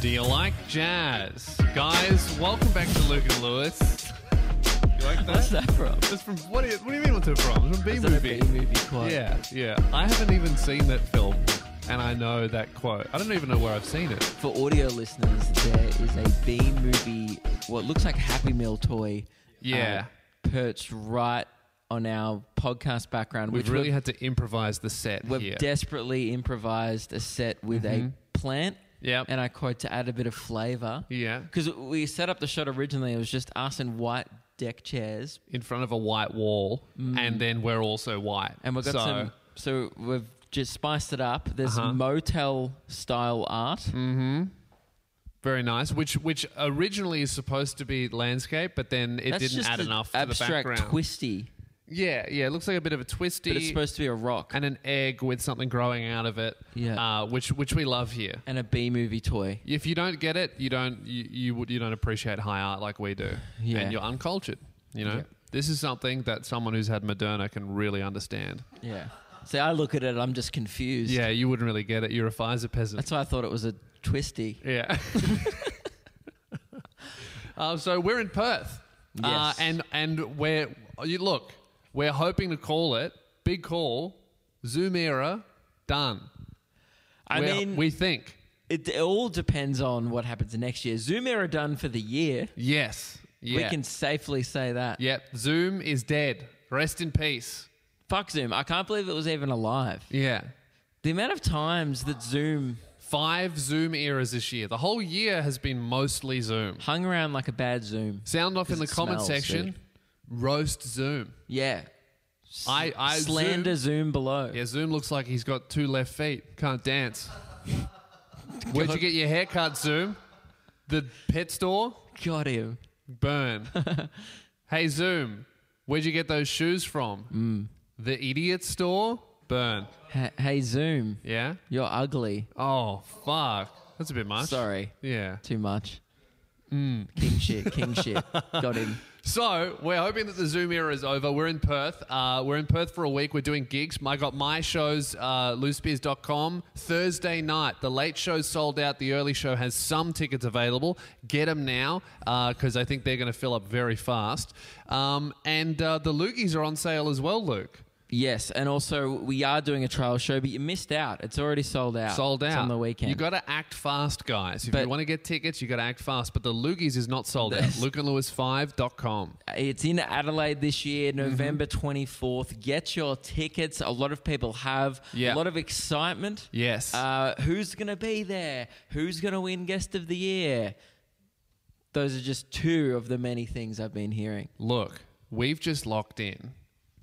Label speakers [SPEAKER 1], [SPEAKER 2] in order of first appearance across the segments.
[SPEAKER 1] Do you like jazz? Guys, welcome back to Luke and Lewis. You like
[SPEAKER 2] What's
[SPEAKER 1] that?
[SPEAKER 2] that from?
[SPEAKER 1] That's from what do you what do you mean what's it from? It's from B
[SPEAKER 2] Is that a
[SPEAKER 1] movie.
[SPEAKER 2] B-movie quote?
[SPEAKER 1] Yeah, yeah. I haven't even seen that film and I know that quote. I don't even know where I've seen it.
[SPEAKER 2] For audio listeners, there is a B movie, what looks like Happy Meal toy,
[SPEAKER 1] Yeah.
[SPEAKER 2] uh, perched right on our podcast background,
[SPEAKER 1] We've
[SPEAKER 2] which
[SPEAKER 1] really
[SPEAKER 2] we've,
[SPEAKER 1] had to improvise the set
[SPEAKER 2] we've
[SPEAKER 1] here. Mm-hmm.
[SPEAKER 2] desperately improvised a set with a plant.
[SPEAKER 1] Yep.
[SPEAKER 2] And I quote to add a bit of flavor.
[SPEAKER 1] yeah.
[SPEAKER 2] Because we set up the shot originally, it was just us in white deck chairs,
[SPEAKER 1] In front of a white wall and then we're also white.
[SPEAKER 2] Mm. and we've got
[SPEAKER 1] so,
[SPEAKER 2] some. So we've just spiced it up. There's
[SPEAKER 1] Uh-huh.
[SPEAKER 2] motel style art.
[SPEAKER 1] Very nice. Which which originally is supposed to be landscape, but then it
[SPEAKER 2] That's
[SPEAKER 1] didn't
[SPEAKER 2] just
[SPEAKER 1] add
[SPEAKER 2] the
[SPEAKER 1] enough to the
[SPEAKER 2] abstract
[SPEAKER 1] background.
[SPEAKER 2] twisty,
[SPEAKER 1] Yeah, yeah. It looks like a bit of a twisty.
[SPEAKER 2] but it's supposed to be a rock.
[SPEAKER 1] and an egg with something growing out of it.
[SPEAKER 2] Yeah.
[SPEAKER 1] uh, which which we love here.
[SPEAKER 2] and a B movie toy.
[SPEAKER 1] If you don't get it, you don't you you, would- you don't appreciate high art like we do,
[SPEAKER 2] Yeah.
[SPEAKER 1] and you're uncultured. You know,
[SPEAKER 2] Yeah.
[SPEAKER 1] this is something that someone who's had Moderna can really understand.
[SPEAKER 2] Yeah. See, I look at it, I'm just confused.
[SPEAKER 1] Yeah, you wouldn't really get it. You're a Pfizer peasant.
[SPEAKER 2] That's why I thought it was a twisty.
[SPEAKER 1] yeah. um, so we're in Perth, uh,
[SPEAKER 2] Yes.
[SPEAKER 1] and and we're you look, we're hoping to call it big call, Zoom era, done.
[SPEAKER 2] I
[SPEAKER 1] We're-
[SPEAKER 2] mean,
[SPEAKER 1] we think.
[SPEAKER 2] it, it all depends on what happens next year. Zoom era done for the year.
[SPEAKER 1] Yes. Yeah.
[SPEAKER 2] We can safely say that.
[SPEAKER 1] Yep. Zoom is dead. Rest in peace.
[SPEAKER 2] Fuck Zoom. I can't believe it was even alive.
[SPEAKER 1] Yeah.
[SPEAKER 2] The amount of times that Zoom
[SPEAKER 1] Five Zoom eras this year. The whole year has been mostly Zoom.
[SPEAKER 2] hung around like a bad Zoom.
[SPEAKER 1] Sound off in the
[SPEAKER 2] Because it
[SPEAKER 1] comment
[SPEAKER 2] smells,
[SPEAKER 1] section.
[SPEAKER 2] dude.
[SPEAKER 1] Roast Zoom.
[SPEAKER 2] Yeah.
[SPEAKER 1] I, I
[SPEAKER 2] Slander
[SPEAKER 1] Zoom,
[SPEAKER 2] Zoom, below.
[SPEAKER 1] yeah, Zoom looks like he's got two left feet. Can't dance. Where'd you get your haircut, Zoom? The pet store?
[SPEAKER 2] Got him.
[SPEAKER 1] Burn. hey, Zoom. Where'd you get those shoes from?
[SPEAKER 2] Mm.
[SPEAKER 1] The idiot store? Burn.
[SPEAKER 2] H- hey, Zoom.
[SPEAKER 1] Yeah?
[SPEAKER 2] You're ugly.
[SPEAKER 1] Oh fuck, that's a bit much.
[SPEAKER 2] Sorry.
[SPEAKER 1] Yeah.
[SPEAKER 2] Too much. Mm, King shit. King shit. Got him.
[SPEAKER 1] So we're hoping that the Zoom era is over. We're in Perth. Uh, we're in Perth for a week. We're doing gigs. I got my shows, uh, loosebeers.com. Thursday night, the late show sold out. The early show has some tickets available. Get them now because I think they're going to fill up very fast. Um, and uh, the loogies are on sale as well, Luke.
[SPEAKER 2] Yes, and also we are doing a trial show, but you missed out. It's already sold out.
[SPEAKER 1] Sold out
[SPEAKER 2] It's on the weekend.
[SPEAKER 1] You got to act fast, guys. If you
[SPEAKER 2] But-
[SPEAKER 1] want to get tickets, you got to act fast. But the loogies is not sold out. LukeandLewis5.com.
[SPEAKER 2] it's in Adelaide this year,
[SPEAKER 1] Mm-hmm.
[SPEAKER 2] November twenty fourth. Get your tickets. A lot of people have.
[SPEAKER 1] Yeah.
[SPEAKER 2] A lot of excitement.
[SPEAKER 1] Yes.
[SPEAKER 2] Uh, who's gonna be there? Who's gonna win Guest of the Year? Those are just two of the many things I've been hearing.
[SPEAKER 1] Look, we've just locked in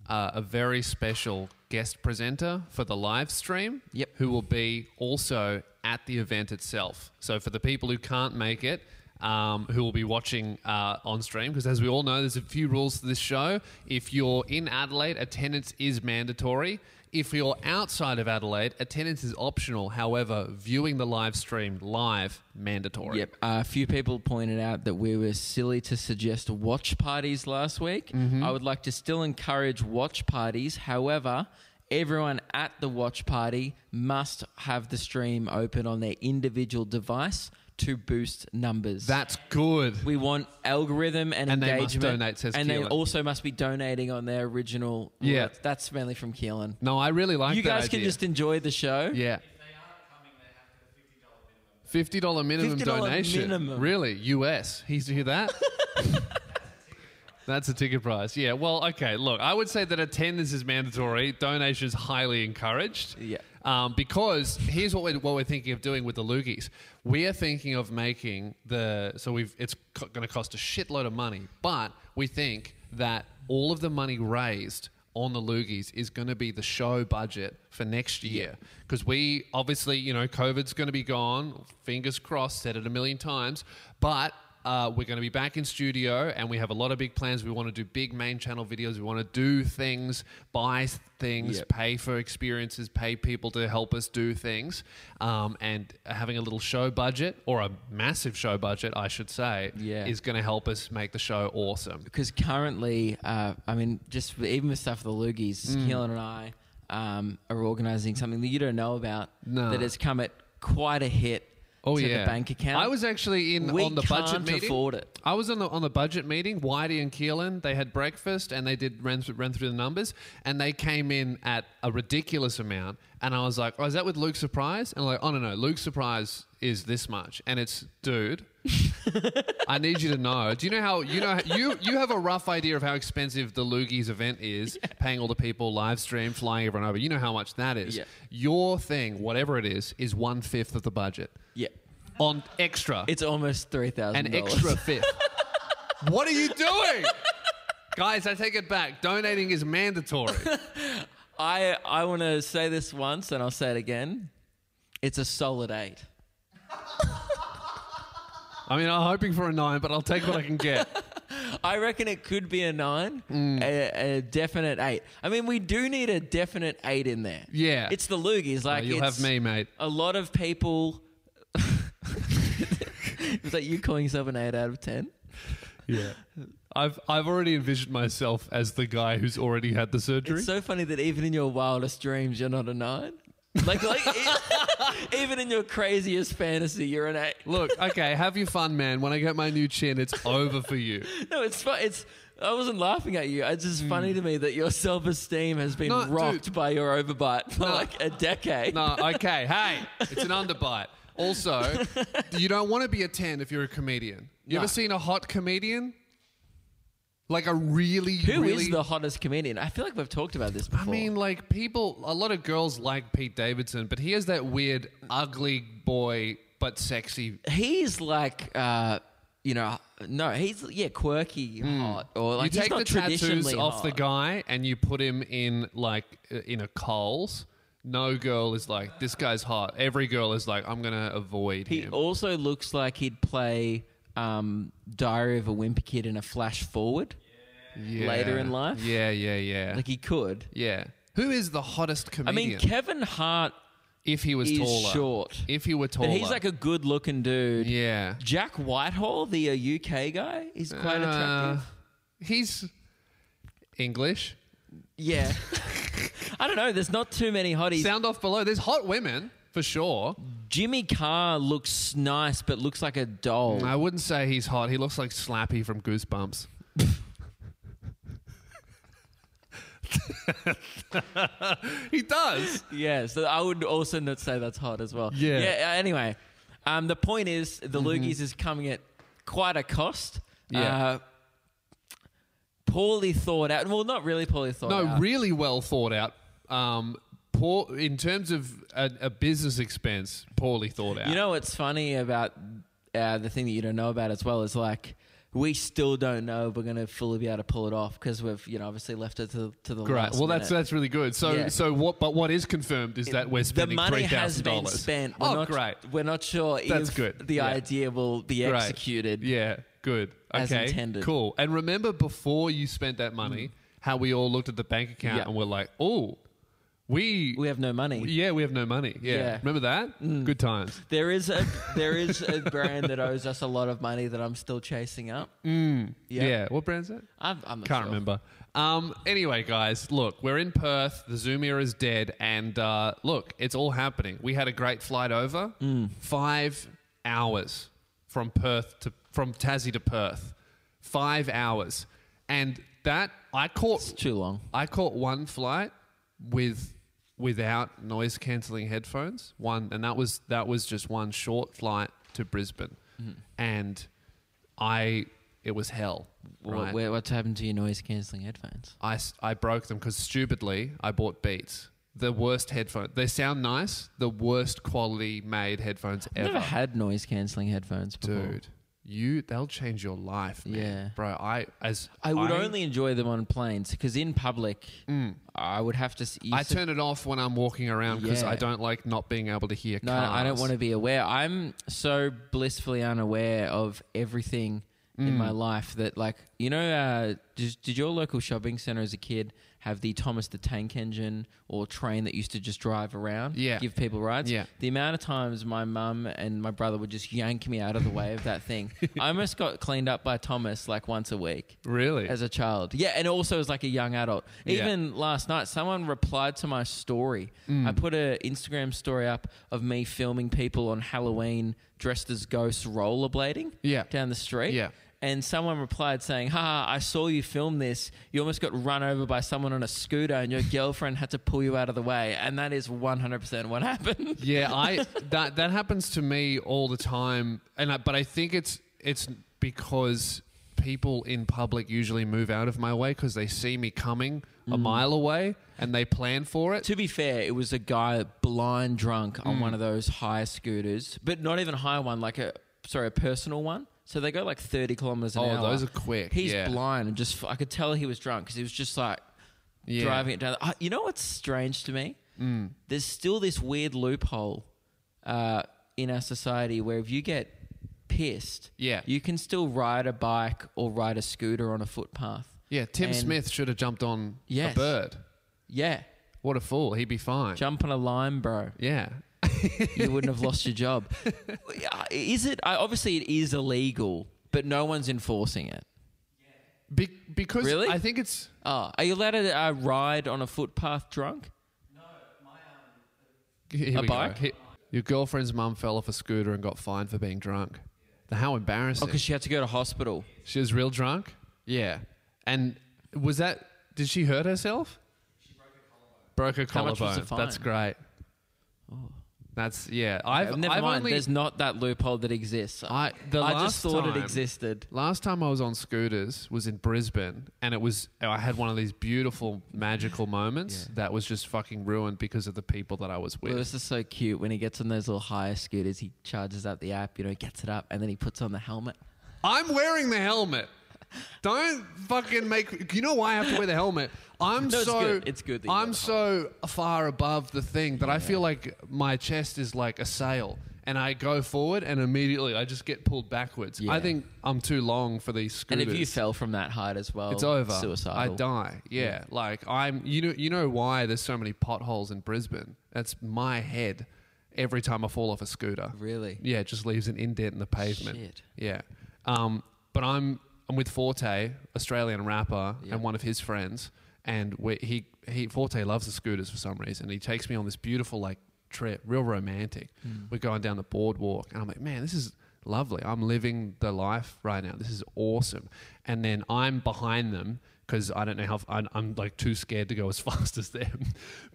[SPEAKER 1] uh, a very special guest presenter for the live stream.
[SPEAKER 2] Yep.
[SPEAKER 1] Who will be also at the event itself. So for the people who can't make it, um, who will be watching uh, on stream, because as we all know, there's a few rules to this show. If you're in Adelaide, attendance is mandatory. If you're outside of Adelaide, attendance is optional. However, viewing the live stream live, mandatory.
[SPEAKER 2] Yep. A few people pointed out that we were silly to suggest watch parties last week.
[SPEAKER 1] Mm-hmm.
[SPEAKER 2] I would like to still encourage watch parties. However, everyone at the watch party must have the stream open on their individual device to boost numbers.
[SPEAKER 1] That's good.
[SPEAKER 2] we want algorithm and,
[SPEAKER 1] And they must
[SPEAKER 2] engagement.
[SPEAKER 1] donate, says
[SPEAKER 2] and they
[SPEAKER 1] Keelan.
[SPEAKER 2] also must be donating on their original.
[SPEAKER 1] Yeah.
[SPEAKER 2] Well, that's- That's mainly from Keelan.
[SPEAKER 1] No, I really like
[SPEAKER 2] You
[SPEAKER 1] that
[SPEAKER 2] guys can
[SPEAKER 1] idea.
[SPEAKER 2] just enjoy the show.
[SPEAKER 1] Yeah. Fifty dollar minimum
[SPEAKER 2] $50
[SPEAKER 1] donation.
[SPEAKER 2] minimum.
[SPEAKER 1] Really, US. He's hear that. That's a ticket price. Yeah. Well, okay. Look, I would say that attendance is mandatory. Donation is highly encouraged.
[SPEAKER 2] Yeah.
[SPEAKER 1] Um, because here's what we're, what we're thinking of doing with the loogies. We are thinking of making the so we've it's co- going to cost a shitload of money, but we think that all of the money raised on the loogies is going to be the show budget for next year because we obviously you know COVID's going to be gone. Fingers crossed. Said it a million times, but. Uh, we're going to be back in studio and we have a lot of big plans. We want to do big main channel videos. We want to do things, buy things,
[SPEAKER 2] Yep.
[SPEAKER 1] pay for experiences, pay people to help us do things, um, and having a little show budget or a massive show budget, I should say,
[SPEAKER 2] Yeah.
[SPEAKER 1] is going to help us make the show awesome.
[SPEAKER 2] because currently, uh, I mean, just with- even with stuff for the loogies,
[SPEAKER 1] Mm.
[SPEAKER 2] Keelan and I um, are organising something that you don't know about
[SPEAKER 1] No.
[SPEAKER 2] that has come at quite a hit.
[SPEAKER 1] Oh
[SPEAKER 2] to
[SPEAKER 1] yeah,
[SPEAKER 2] the bank account.
[SPEAKER 1] I was actually in
[SPEAKER 2] We
[SPEAKER 1] on the budget
[SPEAKER 2] can't
[SPEAKER 1] meeting.
[SPEAKER 2] afford it.
[SPEAKER 1] I was on the on the budget meeting. Whitey and Keelan they had breakfast and they did ran through, ran through the numbers and they came in at a ridiculous amount. And I was like, "Oh, is that with Luke's surprise?" And I'm like, "Oh no, no, Luke's surprise is this much." And it's, dude, I need you to know. Do you know how you know how- you you have a rough idea of how expensive the Loogies event is? Paying all the people, live stream, flying everyone over. You know how much that is.
[SPEAKER 2] Yeah.
[SPEAKER 1] Your thing, whatever it is, is one fifth of the budget
[SPEAKER 2] yeah,
[SPEAKER 1] on extra.
[SPEAKER 2] it's almost three thousand.
[SPEAKER 1] an extra fifth. what are you doing? Guys, I take it back. Donating is mandatory.
[SPEAKER 2] I I want to say this once, and I'll say it again. It's a solid eight.
[SPEAKER 1] I mean, I'm hoping for a nine, but I'll take what I can get.
[SPEAKER 2] I reckon it could be a nine,
[SPEAKER 1] Mm.
[SPEAKER 2] a, a definite eight. I mean, we do need a definite eight in there.
[SPEAKER 1] Yeah.
[SPEAKER 2] it's the loogies. Like
[SPEAKER 1] You'll
[SPEAKER 2] it's
[SPEAKER 1] have me, mate.
[SPEAKER 2] A lot of people. Is that you calling yourself an eight out of ten?
[SPEAKER 1] Yeah. I've I've already envisioned myself as the guy who's already had the surgery.
[SPEAKER 2] It's so funny that even in your wildest dreams, you're not a nine. Like, like e- even in your craziest fantasy, you're an eight.
[SPEAKER 1] Look, okay, have your fun, man. When I get my new chin, it's over for you.
[SPEAKER 2] No, it's fun. It's I wasn't laughing at you. It's just funny to me that your self esteem has been
[SPEAKER 1] Hmm. No,
[SPEAKER 2] rocked
[SPEAKER 1] dude.
[SPEAKER 2] by your overbite for
[SPEAKER 1] No.
[SPEAKER 2] like a decade.
[SPEAKER 1] No, okay, hey, it's an underbite. Also, you don't want to be a 10 if you're a comedian. You
[SPEAKER 2] No.
[SPEAKER 1] ever seen a hot comedian? Like a really,
[SPEAKER 2] Who is
[SPEAKER 1] really
[SPEAKER 2] the hottest comedian? I feel like we've talked about this
[SPEAKER 1] I
[SPEAKER 2] before.
[SPEAKER 1] mean, like people, a lot of girls like Pete Davidson, but he has that weird, ugly boy but sexy.
[SPEAKER 2] he's like, uh, you know, no, he's yeah, quirky
[SPEAKER 1] Hmm.
[SPEAKER 2] hot or like
[SPEAKER 1] you
[SPEAKER 2] he's
[SPEAKER 1] take
[SPEAKER 2] not
[SPEAKER 1] the tattoos
[SPEAKER 2] traditionally
[SPEAKER 1] off the
[SPEAKER 2] hot.
[SPEAKER 1] guy and you put him in like uh, in a Coles. No girl is like this guy's hot. Every girl is like I'm gonna avoid
[SPEAKER 2] He
[SPEAKER 1] him.
[SPEAKER 2] also looks like he'd play um, Diary of a Wimpy Kid in a flash forward.
[SPEAKER 1] Yeah.
[SPEAKER 2] later in life?
[SPEAKER 1] Yeah, yeah, yeah,
[SPEAKER 2] Like he could.
[SPEAKER 1] yeah. Who is the hottest
[SPEAKER 2] I
[SPEAKER 1] comedian?
[SPEAKER 2] mean, Kevin Hart,
[SPEAKER 1] if he was
[SPEAKER 2] is
[SPEAKER 1] taller,
[SPEAKER 2] short.
[SPEAKER 1] If he were taller,
[SPEAKER 2] but he's like a good-looking dude.
[SPEAKER 1] yeah.
[SPEAKER 2] Jack Whitehall, the uh, UK guy, he's quite
[SPEAKER 1] Uh,
[SPEAKER 2] attractive.
[SPEAKER 1] he's English.
[SPEAKER 2] Yeah. I don't know. There's not too many hotties.
[SPEAKER 1] Sound off below. There's hot women for sure.
[SPEAKER 2] Jimmy Carr looks nice, but looks like a doll.
[SPEAKER 1] I wouldn't say he's hot. He looks like Slappy from Goosebumps. he does.
[SPEAKER 2] Yeah, so I would also not say that's hot as well.
[SPEAKER 1] Yeah. Mm-hmm.
[SPEAKER 2] Yeah. uh, Anyway, um, the point is the Loogies is coming at quite a cost.
[SPEAKER 1] Yeah.
[SPEAKER 2] Uh, poorly thought out. Well, not really poorly thought
[SPEAKER 1] No,
[SPEAKER 2] out.
[SPEAKER 1] really well thought out. Um, poor in terms of a, a business expense, poorly thought out.
[SPEAKER 2] You know what's funny about uh, the thing that you don't know about as well is like we still don't know if we're going to fully be able to pull it off because we've you know obviously left it to, to the
[SPEAKER 1] Great.
[SPEAKER 2] last.
[SPEAKER 1] Well, that's
[SPEAKER 2] minute.
[SPEAKER 1] that's really good. So,
[SPEAKER 2] Yeah.
[SPEAKER 1] so what? But what is confirmed is that we're
[SPEAKER 2] the
[SPEAKER 1] spending
[SPEAKER 2] money
[SPEAKER 1] three
[SPEAKER 2] has
[SPEAKER 1] thousand
[SPEAKER 2] been
[SPEAKER 1] dollars.
[SPEAKER 2] spent. We're
[SPEAKER 1] Oh,
[SPEAKER 2] not,
[SPEAKER 1] great.
[SPEAKER 2] We're not sure
[SPEAKER 1] That's
[SPEAKER 2] if
[SPEAKER 1] good.
[SPEAKER 2] the
[SPEAKER 1] Yeah.
[SPEAKER 2] idea will be
[SPEAKER 1] Great.
[SPEAKER 2] executed.
[SPEAKER 1] Yeah, good.
[SPEAKER 2] As
[SPEAKER 1] okay,
[SPEAKER 2] intended. Mm.
[SPEAKER 1] Cool. And remember before you spent that money, how we all looked at the bank account
[SPEAKER 2] Yeah.
[SPEAKER 1] and we're like, oh, we,
[SPEAKER 2] We have no money.
[SPEAKER 1] yeah, we have no money. Yeah.
[SPEAKER 2] Yeah. Mm.
[SPEAKER 1] Remember that? Good times.
[SPEAKER 2] There is a there is a brand that owes us a lot of money that I'm still chasing up. Yeah.
[SPEAKER 1] Yeah. What brand's that?
[SPEAKER 2] I'm, I'm not
[SPEAKER 1] Can't
[SPEAKER 2] sure.
[SPEAKER 1] remember. Um, anyway, guys, look, we're in Perth. The Zoom era is dead. And uh, look, it's all happening. We had a great flight over.
[SPEAKER 2] Mm.
[SPEAKER 1] Five hours from Perth to, from Tassie to Perth. Five hours. And that, I caught
[SPEAKER 2] It's too long.
[SPEAKER 1] I caught one flight with without noise cancelling headphones. One, and that was that was just one short flight to Brisbane,
[SPEAKER 2] Mm-hmm.
[SPEAKER 1] and I it was hell.
[SPEAKER 2] What,
[SPEAKER 1] Right?
[SPEAKER 2] where- what's happened to your noise cancelling headphones?
[SPEAKER 1] I s- I broke them because stupidly I bought Beats. The worst headphone. They sound nice. The worst quality made headphones
[SPEAKER 2] I've
[SPEAKER 1] ever.
[SPEAKER 2] never had noise cancelling headphones before.
[SPEAKER 1] Dude, you they'll change your life, man.
[SPEAKER 2] Yeah.
[SPEAKER 1] bro. I as
[SPEAKER 2] I would only enjoy them on planes because in public, I would have to. s- you
[SPEAKER 1] I
[SPEAKER 2] s-
[SPEAKER 1] turn it off when I'm walking around because
[SPEAKER 2] Yeah.
[SPEAKER 1] I don't like not being able to hear.
[SPEAKER 2] No,
[SPEAKER 1] cars.
[SPEAKER 2] I don't want to be aware. I'm so blissfully unaware of
[SPEAKER 1] Mm.
[SPEAKER 2] everything in my life that, like, you know, uh, did, did your local shopping center as a kid have the Thomas the Tank Engine or train that used to just drive around,
[SPEAKER 1] Yeah.
[SPEAKER 2] give people rides.
[SPEAKER 1] Yeah.
[SPEAKER 2] The amount of times my mum and my brother would just yank me out of the way of that thing. I almost got cleaned up by Thomas like once a week
[SPEAKER 1] Really?
[SPEAKER 2] as a child. Yeah, and also as like a young adult.
[SPEAKER 1] Yeah.
[SPEAKER 2] Even last night, someone replied to my story.
[SPEAKER 1] Mm.
[SPEAKER 2] I put a Instagram story up of me filming people on Halloween dressed as ghosts rollerblading
[SPEAKER 1] Yeah.
[SPEAKER 2] down the street.
[SPEAKER 1] Yeah.
[SPEAKER 2] And someone replied saying, "Ha! I saw you film this. You almost got run over by someone on a scooter, and your girlfriend had to pull you out of the way." And that is 100% what happened.
[SPEAKER 1] yeah, I that that happens to me all the time, and I, but I think it's it's because people in public usually move out of my way because they see me coming
[SPEAKER 2] Mm.
[SPEAKER 1] a mile away and they plan for it.
[SPEAKER 2] To be fair, it was a guy blind drunk
[SPEAKER 1] Hmm.
[SPEAKER 2] on one of those high scooters, but not even a high one, like a sorry, a personal one. So they go like thirty kilometers an
[SPEAKER 1] Oh,
[SPEAKER 2] hour.
[SPEAKER 1] those are quick,
[SPEAKER 2] He's
[SPEAKER 1] yeah.
[SPEAKER 2] blind and just I could tell he was drunk because he was just like
[SPEAKER 1] Yeah. Hmm.
[SPEAKER 2] driving it down. Uh, you know what's strange to me? Mm. There's still this weird loophole uh, in our society where if you get pissed,
[SPEAKER 1] Yeah.
[SPEAKER 2] you can still ride a bike or ride a scooter on a footpath.
[SPEAKER 1] Yeah, Tim
[SPEAKER 2] And-
[SPEAKER 1] Smith should have jumped on
[SPEAKER 2] Yes.
[SPEAKER 1] a bird.
[SPEAKER 2] Yeah,
[SPEAKER 1] What a fool! He'd be fine.
[SPEAKER 2] jump on a line, bro.
[SPEAKER 1] yeah,
[SPEAKER 2] you wouldn't have lost your job. Uh, Is it? I, obviously, it is illegal, but no one's enforcing it.
[SPEAKER 1] be- because
[SPEAKER 2] Really?
[SPEAKER 1] I think it's
[SPEAKER 2] Oh, are you allowed to uh, ride on a footpath drunk?
[SPEAKER 1] Here
[SPEAKER 2] A
[SPEAKER 1] we go.
[SPEAKER 2] bike?
[SPEAKER 1] Here- your girlfriend's mum fell off a scooter and got fined for being drunk. How
[SPEAKER 2] Oh,
[SPEAKER 1] embarrassing!
[SPEAKER 2] because she had to go to hospital.
[SPEAKER 1] She was real drunk. Yeah, and was that? Did she hurt herself? She broke her
[SPEAKER 2] How
[SPEAKER 1] collarbone.
[SPEAKER 2] much
[SPEAKER 1] Broke
[SPEAKER 2] was
[SPEAKER 1] her
[SPEAKER 2] the
[SPEAKER 1] collarbone. That's
[SPEAKER 2] fine? Oh.
[SPEAKER 1] great. That's yeah. I've
[SPEAKER 2] Never
[SPEAKER 1] I've
[SPEAKER 2] mind.
[SPEAKER 1] Only,
[SPEAKER 2] There's not that loophole that exists.
[SPEAKER 1] I the
[SPEAKER 2] I
[SPEAKER 1] last
[SPEAKER 2] just thought
[SPEAKER 1] time,
[SPEAKER 2] it existed.
[SPEAKER 1] Last time I was on scooters was in Brisbane, and it was I had one of these beautiful magical moments that was just fucking ruined because of the people that I was with.
[SPEAKER 2] Lewis is so cute. When he gets on those little hire scooters, he charges up the app, you know, gets it up, and then he puts on the helmet.
[SPEAKER 1] I'm wearing the helmet. Don't fucking make. You know why I have to wear the helmet? I'm
[SPEAKER 2] No, it's
[SPEAKER 1] so.
[SPEAKER 2] good. It's good that you
[SPEAKER 1] I'm
[SPEAKER 2] wear the
[SPEAKER 1] so far above the thing that I feel like my chest is like a sail, and I go forward, and immediately I just get pulled backwards.
[SPEAKER 2] Yeah.
[SPEAKER 1] I think I'm too long for these
[SPEAKER 2] And
[SPEAKER 1] scooters.
[SPEAKER 2] if you fell from that height as well,
[SPEAKER 1] it's over.
[SPEAKER 2] Suicidal.
[SPEAKER 1] I die. Yeah. like I'm. You know. You know why there's so many potholes in Brisbane? That's my head. Every time I fall off a scooter.
[SPEAKER 2] Really?
[SPEAKER 1] Yeah, it just leaves an indent in the pavement.
[SPEAKER 2] Shit.
[SPEAKER 1] Yeah. Um, but I'm I'm with Forte, Australian rapper, and one of his friends, and we, he he Forte loves the scooters for some reason. He takes me on this beautiful like trip, real romantic. We're going down the boardwalk, and I'm like, man, this is lovely. I'm living the life right now. This is awesome. And then I'm behind them. Because I don't know how f- I'm, I'm like too scared to go as fast as them,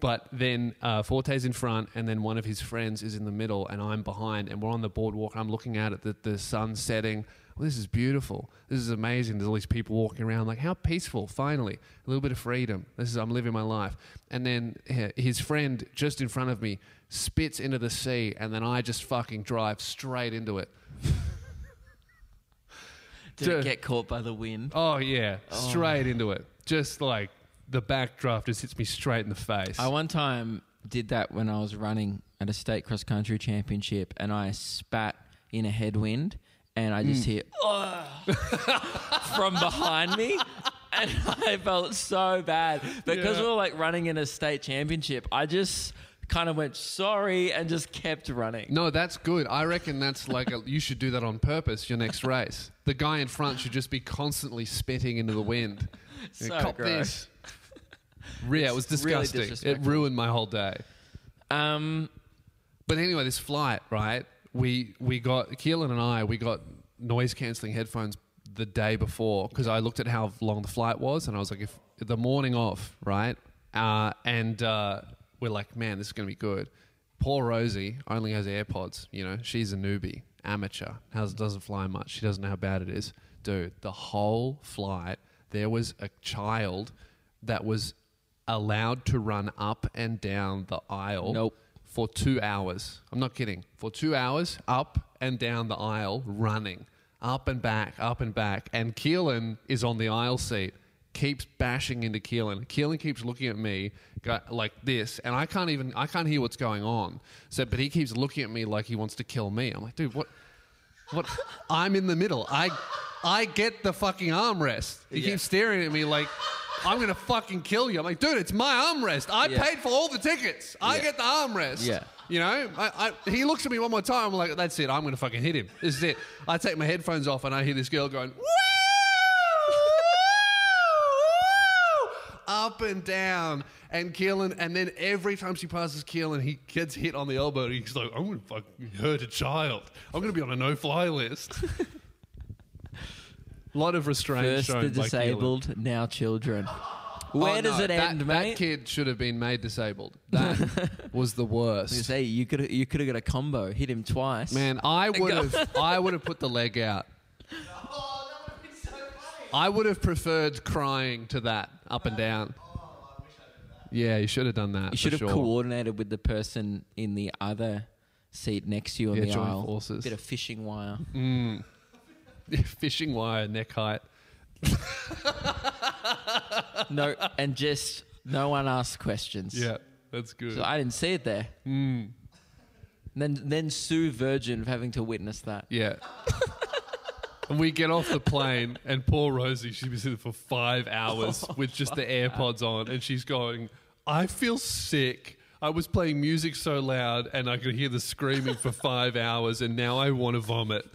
[SPEAKER 1] but then uh, Forte's in front, and then one of his friends is in the middle, and I'm behind, and we're on the boardwalk. I'm looking out at the, the sun setting, well, this is beautiful. This is amazing. There's all these people walking around. Like, how peaceful, finally. A little bit of freedom. This is, I'm living my life. And then h- his friend just in front of me spits into the sea, and then I just fucking drive straight into it.
[SPEAKER 2] Did it
[SPEAKER 1] Dude.
[SPEAKER 2] get caught by the wind?
[SPEAKER 1] Oh, yeah. Straight into it. Just like the backdraft just hits me straight in the face.
[SPEAKER 2] I one time did that when I was running at a state cross country championship, and I spat in a headwind, and I
[SPEAKER 1] Mm.
[SPEAKER 2] just hit from behind me. And I felt so bad because
[SPEAKER 1] Yeah.
[SPEAKER 2] we were like running in a state championship. I just kind of went sorry and just kept running.
[SPEAKER 1] no, that's good. I reckon that's like a, you should do that on purpose. Your next race, the guy in front should just be constantly spitting into the wind.
[SPEAKER 2] So
[SPEAKER 1] Cop
[SPEAKER 2] gross.
[SPEAKER 1] this. Yeah, it was
[SPEAKER 2] It's really
[SPEAKER 1] disgusting. it
[SPEAKER 2] disrespectful.
[SPEAKER 1] ruined my whole day.
[SPEAKER 2] Um,
[SPEAKER 1] But anyway, this flight, right? We we got Keelan and I we got noise cancelling headphones the day before because I looked at how long the flight was and I was like, if the morning off, right? Uh, and uh, we're like, man, this is gonna be good. Poor Rosie only has AirPods. You know, she's a newbie, amateur. Has, doesn't fly much. She doesn't know how bad it is, dude. The whole flight, there was a child that was allowed to run up and down the aisle
[SPEAKER 2] Nope.
[SPEAKER 1] for two hours. I'm not kidding. For two hours, up and down the aisle, running up and back, up and back. And Keelan is on the aisle seat, keeps bashing into Keelan. Keelan keeps looking at me go- like this, and I can't even I can't hear what's going on. So, but he keeps looking at me like he wants to kill me. I'm like, dude, what? What? I'm in the middle. I I get the fucking armrest. He keeps staring at me like I'm gonna fucking kill you. I'm like, dude, it's my armrest. I
[SPEAKER 2] Yeah.
[SPEAKER 1] paid for all the tickets. I
[SPEAKER 2] Yeah.
[SPEAKER 1] get the armrest.
[SPEAKER 2] Yeah.
[SPEAKER 1] You know, I, I, he looks at me one more time. I'm like, that's it. I'm gonna fucking hit him. This is it. I take my headphones off and I hear this girl going, woo, woo, woo," up and down. And Keelan, and then every time she passes Keelan, he gets hit on the elbow. He's like, I'm gonna fucking hurt a child. I'm gonna be on a no-fly list. A lot of restraint
[SPEAKER 2] First
[SPEAKER 1] shown
[SPEAKER 2] the
[SPEAKER 1] by Keelan.
[SPEAKER 2] disabled, now children. Where
[SPEAKER 1] Oh,
[SPEAKER 2] does
[SPEAKER 1] no,
[SPEAKER 2] it
[SPEAKER 1] that-
[SPEAKER 2] end,
[SPEAKER 1] that
[SPEAKER 2] mate?
[SPEAKER 1] kid should have been made disabled. That was the
[SPEAKER 2] You
[SPEAKER 1] worst.
[SPEAKER 2] say you could you could have got a combo, hit him twice.
[SPEAKER 1] Man, I would have I would have put the leg out. I would have preferred crying to that up and down. Yeah, you should have done that.
[SPEAKER 2] you should
[SPEAKER 1] for
[SPEAKER 2] have
[SPEAKER 1] sure.
[SPEAKER 2] coordinated with the person in the other seat next to you on
[SPEAKER 1] Yeah,
[SPEAKER 2] the
[SPEAKER 1] join
[SPEAKER 2] aisle.
[SPEAKER 1] forces.
[SPEAKER 2] Bit of fishing wire.
[SPEAKER 1] fishing wire neck height.
[SPEAKER 2] no, and just no one asked questions.
[SPEAKER 1] Yeah, Mm. that's good.
[SPEAKER 2] So I didn't see it there. Then then sue Virgin for having to witness that.
[SPEAKER 1] yeah. And we get off the plane, and poor Rosie, she's been sitting for five hours
[SPEAKER 2] Oh,
[SPEAKER 1] with just the AirPods on, and she's going, I feel sick. I was playing music so loud, and I could hear the screaming for five hours, and now I want to vomit.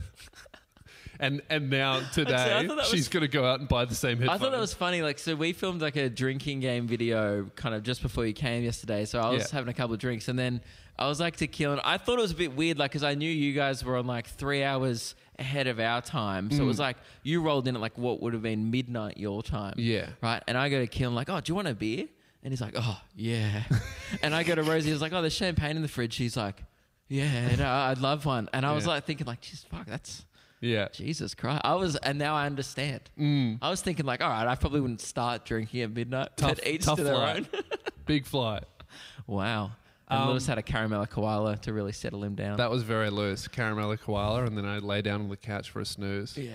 [SPEAKER 1] And and now today,
[SPEAKER 2] thought that
[SPEAKER 1] she's
[SPEAKER 2] was-
[SPEAKER 1] going to go out and buy the same
[SPEAKER 2] I
[SPEAKER 1] headphones.
[SPEAKER 2] thought that was funny. Like, so we filmed like a drinking game video kind of just before you came yesterday. So I was
[SPEAKER 1] Yeah.
[SPEAKER 2] having a couple of drinks, and then I was like to Keelan. I thought it was a bit weird, like, because I knew you guys were on like three hours ahead of our time. So it
[SPEAKER 1] Mm.
[SPEAKER 2] was like you rolled in at like what would have been midnight your time.
[SPEAKER 1] Yeah.
[SPEAKER 2] Right. And I go to Keelan, like, oh, do you want a beer? And he's like, oh, yeah. and I go to Rosie, he's like, oh, there's champagne in the fridge. He's like, yeah, no, I'd love one. And I was
[SPEAKER 1] Yeah.
[SPEAKER 2] like thinking, like, jeez, fuck, that's.
[SPEAKER 1] yeah.
[SPEAKER 2] Jesus Christ. I was, and now I understand. I was thinking, like, all right, I probably wouldn't start drinking at midnight,
[SPEAKER 1] Mm. Tough,
[SPEAKER 2] but each
[SPEAKER 1] tough
[SPEAKER 2] to their
[SPEAKER 1] flight.
[SPEAKER 2] own.
[SPEAKER 1] Big flight.
[SPEAKER 2] wow. And Lewis had a caramel koala to really settle him down.
[SPEAKER 1] Um, That was very loose. Caramella koala, and then I lay down on the couch for a snooze.
[SPEAKER 2] yeah.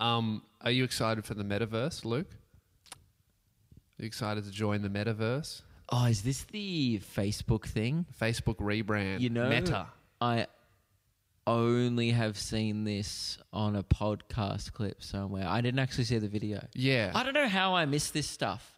[SPEAKER 1] Um, are you excited for the metaverse, Luke? Are you excited to join the metaverse?
[SPEAKER 2] Oh, is this the Facebook thing?
[SPEAKER 1] Facebook rebrand.
[SPEAKER 2] You know,
[SPEAKER 1] Meta.
[SPEAKER 2] I only have seen this on a podcast clip somewhere. I didn't actually see the video.
[SPEAKER 1] Yeah.
[SPEAKER 2] I don't know how I missed this stuff.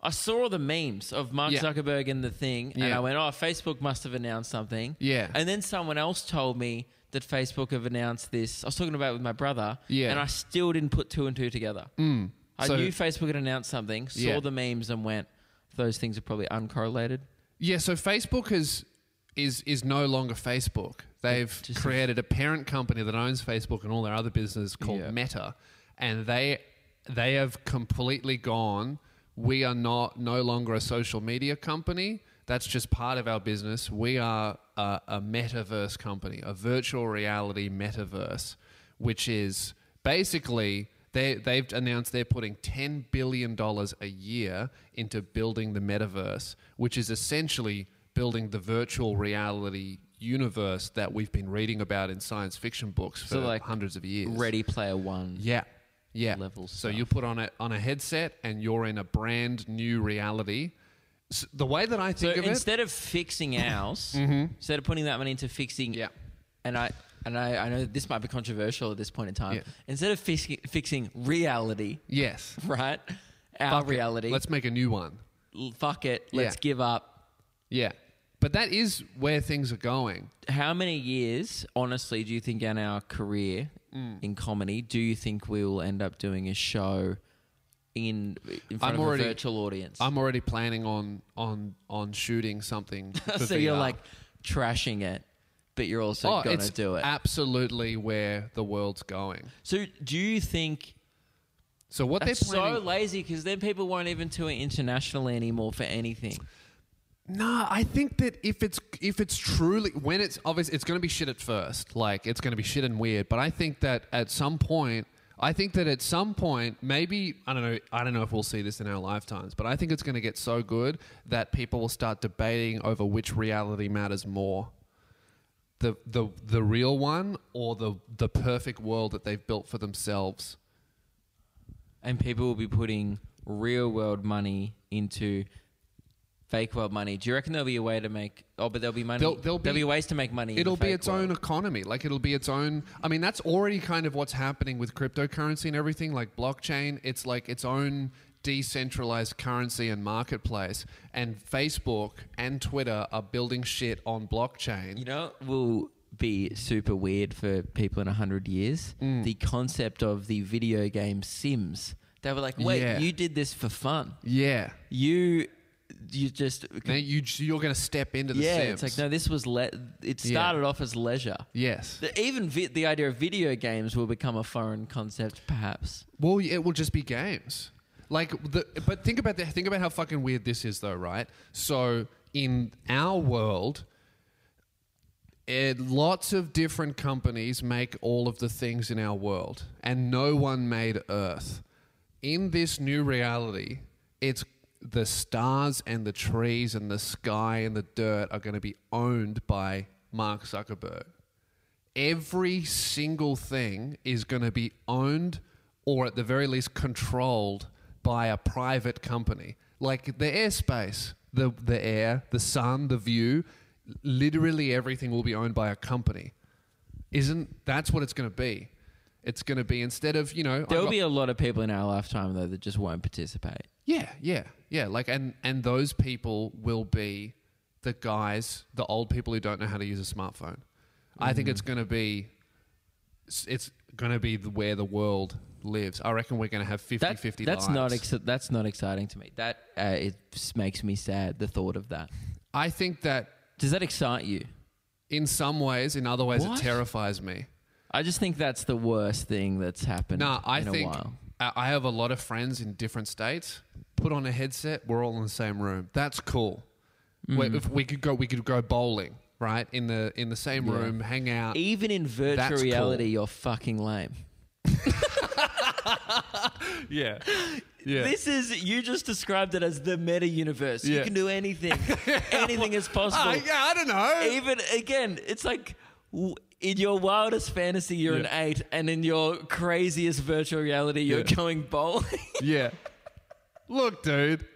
[SPEAKER 2] I saw all the memes of Mark
[SPEAKER 1] Yeah.
[SPEAKER 2] Zuckerberg and the thing, and
[SPEAKER 1] Yeah.
[SPEAKER 2] I went, "Oh, Facebook must have announced something."
[SPEAKER 1] Yeah.
[SPEAKER 2] And then someone else told me that Facebook have announced this. I was talking about it with my brother,
[SPEAKER 1] Yeah. Mm.
[SPEAKER 2] and I still didn't put two and two together. I
[SPEAKER 1] So-
[SPEAKER 2] knew Facebook had announced something, saw
[SPEAKER 1] Yeah.
[SPEAKER 2] the memes, and went, "Those things are probably uncorrelated."
[SPEAKER 1] yeah, so Facebook is is is no longer Facebook. They've
[SPEAKER 2] just-
[SPEAKER 1] created a parent company that owns Facebook and all their other businesses called
[SPEAKER 2] Yeah.
[SPEAKER 1] Meta, and they they have completely gone. We are not no longer a social media company. That's just part of our business. We are a, a metaverse company, a virtual reality metaverse, which is basically they they've announced they're putting ten billion dollars a year into building the metaverse, which is essentially building the virtual reality universe that we've been reading about in science fiction books for
[SPEAKER 2] So, like,
[SPEAKER 1] hundreds of years.
[SPEAKER 2] Ready Player One.
[SPEAKER 1] Yeah. Yeah.
[SPEAKER 2] level
[SPEAKER 1] So you put on a on a headset and you're in a brand new reality. S the way that I
[SPEAKER 2] So
[SPEAKER 1] think of it, Mm-hmm.
[SPEAKER 2] instead of fixing ours, instead of putting that money into fixing,
[SPEAKER 1] Yeah.
[SPEAKER 2] and I and I, I know this might be controversial at this point in time.
[SPEAKER 1] Yeah.
[SPEAKER 2] Instead of fixing, fixing reality,
[SPEAKER 1] yes,
[SPEAKER 2] right, our
[SPEAKER 1] Fuck it.
[SPEAKER 2] reality,
[SPEAKER 1] Let's make a new one.
[SPEAKER 2] l- fuck it, let's
[SPEAKER 1] Yeah.
[SPEAKER 2] give up.
[SPEAKER 1] Yeah. But that is where things are going.
[SPEAKER 2] How many years, honestly, do you think in our career
[SPEAKER 1] Mm.
[SPEAKER 2] in comedy do you think we will end up doing a show in in
[SPEAKER 1] I'm
[SPEAKER 2] front of
[SPEAKER 1] already-
[SPEAKER 2] a virtual audience?
[SPEAKER 1] I'm already planning on on on shooting something. For
[SPEAKER 2] so you're
[SPEAKER 1] VR.
[SPEAKER 2] like trashing it, but you're also
[SPEAKER 1] oh,
[SPEAKER 2] gonna
[SPEAKER 1] it's
[SPEAKER 2] do it.
[SPEAKER 1] absolutely where the world's going.
[SPEAKER 2] so do you think?
[SPEAKER 1] So what
[SPEAKER 2] That's
[SPEAKER 1] they're planning
[SPEAKER 2] so lazy because then people won't even tour internationally anymore for anything.
[SPEAKER 1] No, I think that if it's if it's truly when it's obvious, it's going to be shit at first. Like it's going to be shit and weird. But I think that at some point, I think that at some point, maybe I don't know. I don't know if we'll see this in our lifetimes. But I think it's going to get so good that people will start debating over which reality matters more. The, the the real one or the the perfect world that they've built for themselves.
[SPEAKER 2] And people will be putting real world money into fake world money. Do you reckon there'll be a way to make? Oh, but there'll be money.
[SPEAKER 1] There'll- there'll
[SPEAKER 2] be,
[SPEAKER 1] be-
[SPEAKER 2] ways to make money. in the
[SPEAKER 1] It'll be
[SPEAKER 2] fake
[SPEAKER 1] its
[SPEAKER 2] world.
[SPEAKER 1] own economy. Like it'll be its own. I mean, that's already kind of what's happening with cryptocurrency and everything, like blockchain. It's like its own decentralized currency and marketplace, and Facebook and Twitter are building shit on blockchain.
[SPEAKER 2] You know, what will be super weird for people in 100 years.
[SPEAKER 1] Mm.
[SPEAKER 2] The concept of the video game Sims. They were like, wait,
[SPEAKER 1] Yeah.
[SPEAKER 2] you did this for fun.
[SPEAKER 1] yeah.
[SPEAKER 2] You you just
[SPEAKER 1] Now you, you're going to step into the
[SPEAKER 2] Yeah,
[SPEAKER 1] Sims.
[SPEAKER 2] it's like no, this was le- it
[SPEAKER 1] Yeah.
[SPEAKER 2] started off as leisure.
[SPEAKER 1] Yes.
[SPEAKER 2] The, even vi- the idea of video games will become a foreign concept perhaps.
[SPEAKER 1] Well, it will just be games. Like the, but think about the, think about how fucking weird this is, though, right? So in our world, it, lots of different companies make all of the things in our world, and no one made Earth. In this new reality, it's the stars and the trees and the sky and the dirt are going to be owned by Mark Zuckerberg. Every single thing is going to be owned or at the very least controlled by a private company. Like the airspace, the, the air, the sun, the view, literally everything will be owned by a company. Isn't that's what it's going to be? It's going to be instead of, you know,
[SPEAKER 2] There'll
[SPEAKER 1] I've got-
[SPEAKER 2] be a lot of people in our lifetime though that just won't participate.
[SPEAKER 1] yeah, yeah, yeah. Like, and and those people will be the guys, the old people who don't know how to use a smartphone. I think
[SPEAKER 2] Mm.
[SPEAKER 1] it's going to be, it's- it's going to be the, where the world lives. I reckon we're going to have 50-50
[SPEAKER 2] That, that's
[SPEAKER 1] lives.
[SPEAKER 2] not ex- that's not exciting to me. That uh, it just makes me sad the thought of that.
[SPEAKER 1] I think that
[SPEAKER 2] Does that excite you?
[SPEAKER 1] in some ways, in other ways,
[SPEAKER 2] What?
[SPEAKER 1] it terrifies me.
[SPEAKER 2] I just think that's the worst thing that's happened
[SPEAKER 1] No, I
[SPEAKER 2] in
[SPEAKER 1] think
[SPEAKER 2] a while.
[SPEAKER 1] I I have a lot of friends in different states. Put on a headset, we're all in the same room. That's cool.
[SPEAKER 2] Mm.
[SPEAKER 1] We- If we could go, we could go bowling, right? In the in the same
[SPEAKER 2] Yeah.
[SPEAKER 1] room, hang out.
[SPEAKER 2] Even in virtual
[SPEAKER 1] That's cool.
[SPEAKER 2] reality, you're fucking lame.
[SPEAKER 1] Yeah. Yeah.
[SPEAKER 2] This is you just described it as the meta universe. You
[SPEAKER 1] Yeah.
[SPEAKER 2] can do anything. anything is possible.
[SPEAKER 1] Ah, yeah, I don't know.
[SPEAKER 2] Even again, it's like w- in your wildest fantasy, you're
[SPEAKER 1] Yeah.
[SPEAKER 2] an eight, and in your craziest virtual reality, you're
[SPEAKER 1] Yeah.
[SPEAKER 2] going bowling.
[SPEAKER 1] yeah. Look, dude.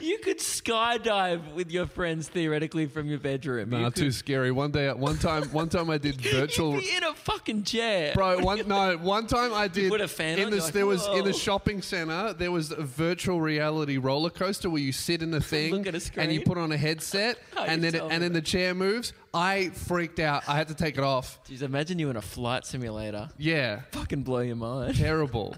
[SPEAKER 2] you could skydive with your friends theoretically from your bedroom.
[SPEAKER 1] Nah,
[SPEAKER 2] you
[SPEAKER 1] too
[SPEAKER 2] could
[SPEAKER 1] scary. One day, one time, one time I did virtual.
[SPEAKER 2] you'd be in a fucking chair.
[SPEAKER 1] Bro, one no, one time I did.
[SPEAKER 2] put a fan
[SPEAKER 1] in
[SPEAKER 2] on,
[SPEAKER 1] this,
[SPEAKER 2] you're like,
[SPEAKER 1] there was in
[SPEAKER 2] "Whoa."
[SPEAKER 1] the shopping center. There was a virtual reality roller coaster where you sit in a thing
[SPEAKER 2] Look at a
[SPEAKER 1] and you
[SPEAKER 2] screen.
[SPEAKER 1] put on a headset,
[SPEAKER 2] Oh,
[SPEAKER 1] and
[SPEAKER 2] you
[SPEAKER 1] then it,
[SPEAKER 2] told
[SPEAKER 1] and
[SPEAKER 2] me
[SPEAKER 1] then the chair moves. I freaked out. I had to take it off.
[SPEAKER 2] Jeez, imagine you in a flight simulator.
[SPEAKER 1] Yeah,
[SPEAKER 2] Fucking blow your mind.
[SPEAKER 1] terrible.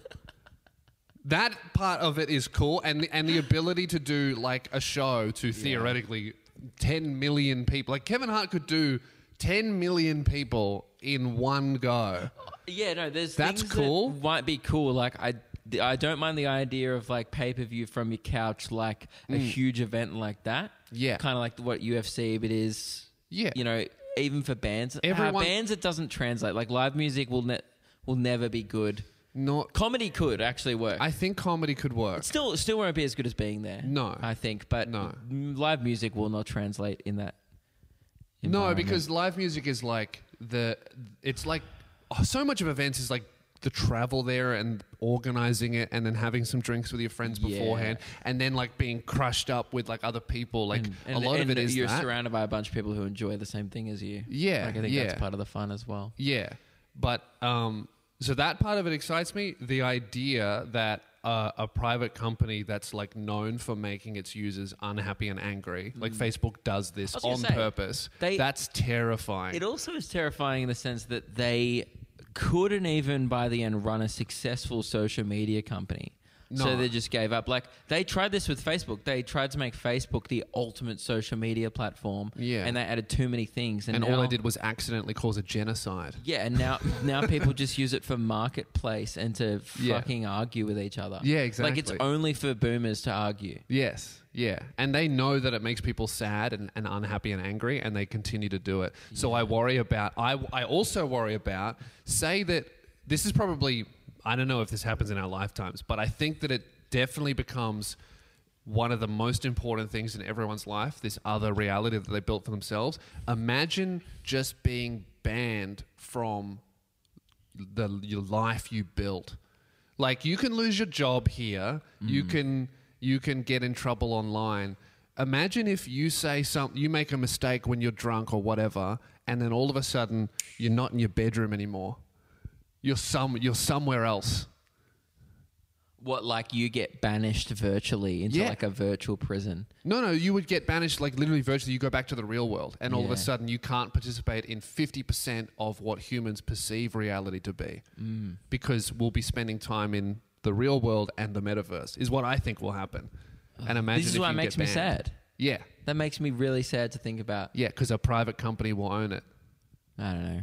[SPEAKER 1] that part of it is cool, and the, and the ability to do like a show to theoretically ten million people. Like Kevin Hart could do ten million people in one go.
[SPEAKER 2] Yeah, no, there's
[SPEAKER 1] That's
[SPEAKER 2] things
[SPEAKER 1] cool.
[SPEAKER 2] That might be cool. Like I, th- I don't mind the idea of like pay per view from your couch, like a huge event like that.
[SPEAKER 1] Mm. Yeah.
[SPEAKER 2] kind of like what UFC, but is
[SPEAKER 1] Yeah.
[SPEAKER 2] you know, even for bands, Ah,
[SPEAKER 1] Everyone-
[SPEAKER 2] bands it doesn't translate. Like live music will ne- will never be good.
[SPEAKER 1] Not.
[SPEAKER 2] Comedy could actually work.
[SPEAKER 1] I think comedy could work.
[SPEAKER 2] still, still won't be as good as being there.
[SPEAKER 1] No.
[SPEAKER 2] I think, but
[SPEAKER 1] No.
[SPEAKER 2] m- live music will not translate in that.
[SPEAKER 1] No,
[SPEAKER 2] environment.
[SPEAKER 1] because live music is like the it's like oh, so much of events is like the travel there and organizing it and then having some drinks with your friends
[SPEAKER 2] Yeah.
[SPEAKER 1] beforehand and then like being crushed up with like other people like a lot of it is
[SPEAKER 2] you're
[SPEAKER 1] that.
[SPEAKER 2] surrounded by a bunch of people who enjoy the same thing as you.
[SPEAKER 1] Yeah,
[SPEAKER 2] like I think
[SPEAKER 1] yeah.
[SPEAKER 2] that's part of the fun as well.
[SPEAKER 1] Yeah, but um, so that part of it excites me. The idea that uh, a private company that's like known for making its users unhappy and angry, like Facebook does this
[SPEAKER 2] Mm. I was gonna
[SPEAKER 1] on
[SPEAKER 2] say,
[SPEAKER 1] purpose,
[SPEAKER 2] they-
[SPEAKER 1] that's terrifying.
[SPEAKER 2] It also is terrifying in the sense that they couldn't even by the end run a successful social media company.
[SPEAKER 1] No.
[SPEAKER 2] So they just gave up. Like they tried this with Facebook. They tried to make Facebook the ultimate social media platform.
[SPEAKER 1] Yeah.
[SPEAKER 2] And they added too many things. And,
[SPEAKER 1] and all
[SPEAKER 2] now-
[SPEAKER 1] I did was accidentally cause a genocide.
[SPEAKER 2] Yeah, and now now people just use it for marketplace and to
[SPEAKER 1] Yeah.
[SPEAKER 2] fucking argue with each other.
[SPEAKER 1] Yeah,
[SPEAKER 2] Like it's
[SPEAKER 1] exactly.
[SPEAKER 2] only for boomers to argue.
[SPEAKER 1] Yes, yeah. And they know that it makes people sad and, and unhappy and angry, and they continue to do it. So I worry about, I, I also worry about, say that this is probably, I don't know if this happens in our lifetimes, but I think that it definitely becomes one of the most important things in everyone's life this other reality that they built for themselves. Imagine just being banned from the your life you built. Like you can lose your job here. You can you can get in trouble online. Imagine if you say something, you make a mistake when you're drunk or whatever, and then all of a sudden you're not in your bedroom anymore. You're some you're somewhere else.
[SPEAKER 2] What like you get banished virtually into
[SPEAKER 1] Yeah.
[SPEAKER 2] like a virtual prison?
[SPEAKER 1] No, no, you would get banished, like literally virtually, you go back to the real world, and all of
[SPEAKER 2] Yeah.
[SPEAKER 1] a sudden you can't participate in 50% of what humans perceive reality to be
[SPEAKER 2] Mm.
[SPEAKER 1] because we'll be spending time in the real world and the metaverse, is what I think will happen. And imagine
[SPEAKER 2] Oh. this is
[SPEAKER 1] if
[SPEAKER 2] why
[SPEAKER 1] you
[SPEAKER 2] it makes
[SPEAKER 1] get
[SPEAKER 2] me
[SPEAKER 1] banned.
[SPEAKER 2] sad.
[SPEAKER 1] Yeah,
[SPEAKER 2] That makes me really sad to think about.
[SPEAKER 1] yeah, because a private company will own it.
[SPEAKER 2] I don't know.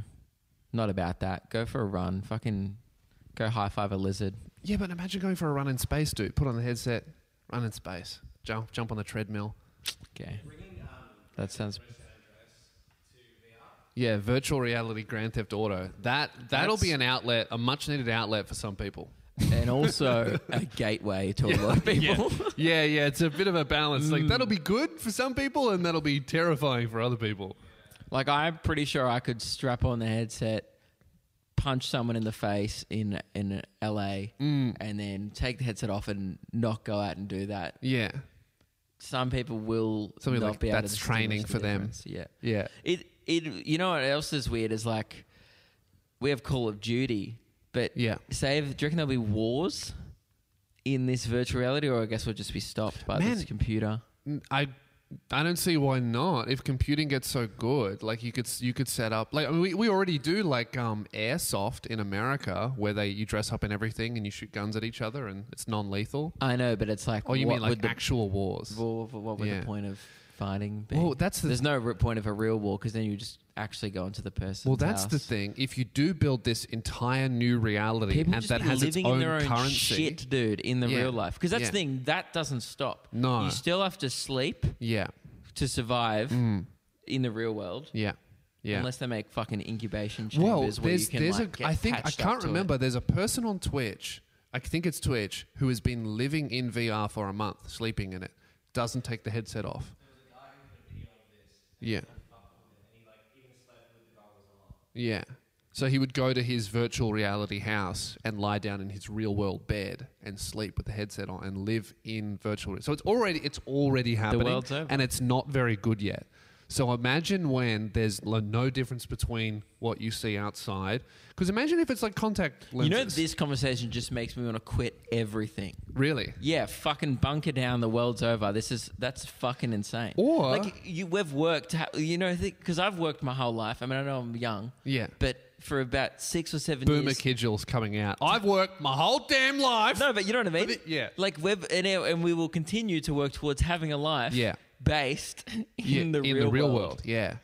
[SPEAKER 2] Not about that. Go for a run. Fucking go high five a lizard.
[SPEAKER 1] Yeah, but imagine going for a run in space, dude. Put on the headset, run in space, jump, jump on the treadmill.
[SPEAKER 2] Okay. That sounds.
[SPEAKER 1] Yeah, virtual reality, Grand Theft Auto. That that'll
[SPEAKER 2] That's-
[SPEAKER 1] be an outlet, a much needed outlet for some people.
[SPEAKER 2] And also a gateway to a lot of people.
[SPEAKER 1] yeah, yeah, it's a bit of a balance. Like that'll
[SPEAKER 2] Mm.
[SPEAKER 1] be good for some people, and that'll be terrifying for other people.
[SPEAKER 2] Like I'm pretty sure I could strap on the headset, punch someone in the face in in LA, and then take the headset off and not go out and do that.
[SPEAKER 1] Yeah,
[SPEAKER 2] Some people will
[SPEAKER 1] Something
[SPEAKER 2] not
[SPEAKER 1] like
[SPEAKER 2] be able to
[SPEAKER 1] that's
[SPEAKER 2] distinguish
[SPEAKER 1] training
[SPEAKER 2] the
[SPEAKER 1] for them.
[SPEAKER 2] difference. Yeah.
[SPEAKER 1] yeah,
[SPEAKER 2] It it you know what else is weird is like we have Call of Duty, but
[SPEAKER 1] Yeah.
[SPEAKER 2] say if, do you reckon there'll be wars in this virtual reality, or I guess we'll just be stopped by
[SPEAKER 1] Man.
[SPEAKER 2] this computer?
[SPEAKER 1] N- I. I don't see why not. If computing gets so good, like you could s- you could set up like I mean, we, we already do like um, airsoft in America, where they you dress up in everything and you shoot guns at each other and it's non lethal.
[SPEAKER 2] I know, but it's like
[SPEAKER 1] Oh, you
[SPEAKER 2] what
[SPEAKER 1] mean like
[SPEAKER 2] would the,
[SPEAKER 1] actual wars?
[SPEAKER 2] what, what would
[SPEAKER 1] Yeah.
[SPEAKER 2] the point of fighting be?
[SPEAKER 1] Well, that's the
[SPEAKER 2] There's no re- point of a real war because then you just actually go into the person.
[SPEAKER 1] well, that's the thing. If you do build this entire new reality
[SPEAKER 2] People
[SPEAKER 1] and
[SPEAKER 2] just
[SPEAKER 1] that
[SPEAKER 2] be
[SPEAKER 1] has its
[SPEAKER 2] living
[SPEAKER 1] own,
[SPEAKER 2] in their own
[SPEAKER 1] currency,
[SPEAKER 2] shit, dude, in the
[SPEAKER 1] Yeah.
[SPEAKER 2] real life. Because that's
[SPEAKER 1] Yeah.
[SPEAKER 2] the thing that doesn't stop.
[SPEAKER 1] No.
[SPEAKER 2] you still have to sleep
[SPEAKER 1] yeah,
[SPEAKER 2] to survive in the real world.
[SPEAKER 1] yeah, Mm. yeah.
[SPEAKER 2] Unless they make fucking incubation
[SPEAKER 1] well,
[SPEAKER 2] chambers where
[SPEAKER 1] there's,
[SPEAKER 2] you can
[SPEAKER 1] there's
[SPEAKER 2] like,
[SPEAKER 1] a,
[SPEAKER 2] get
[SPEAKER 1] I think I
[SPEAKER 2] patched up
[SPEAKER 1] can't
[SPEAKER 2] to it.
[SPEAKER 1] remember. There's a person on Twitch, I think it's Twitch, who has been living in VR for a month, sleeping in it, doesn't take the headset off. Yeah. Yeah. So he would go to his virtual reality house and lie down in his real world bed and sleep with the headset on and live in virtual. So it's already it's already happening,
[SPEAKER 2] world's over.
[SPEAKER 1] and it's not very good yet. So imagine when there's l- no difference between what you see outside. Because imagine if it's like contact lenses.
[SPEAKER 2] You know, this conversation just makes me want to quit everything.
[SPEAKER 1] really.
[SPEAKER 2] Yeah, fucking bunker down. The world's over. This is that's fucking insane.
[SPEAKER 1] Or-
[SPEAKER 2] like you, we've worked. ha- You know, because I've worked my whole life. I mean, I know I'm young.
[SPEAKER 1] Yeah.
[SPEAKER 2] but for about six or seven
[SPEAKER 1] Boomer
[SPEAKER 2] years.
[SPEAKER 1] Kidgel's coming out. I've worked my whole damn life.
[SPEAKER 2] No, but you know what I mean.
[SPEAKER 1] But it- yeah.
[SPEAKER 2] like we've and, and we will continue to work towards having a life.
[SPEAKER 1] Yeah.
[SPEAKER 2] based in
[SPEAKER 1] Yeah,
[SPEAKER 2] the real world.
[SPEAKER 1] Yeah.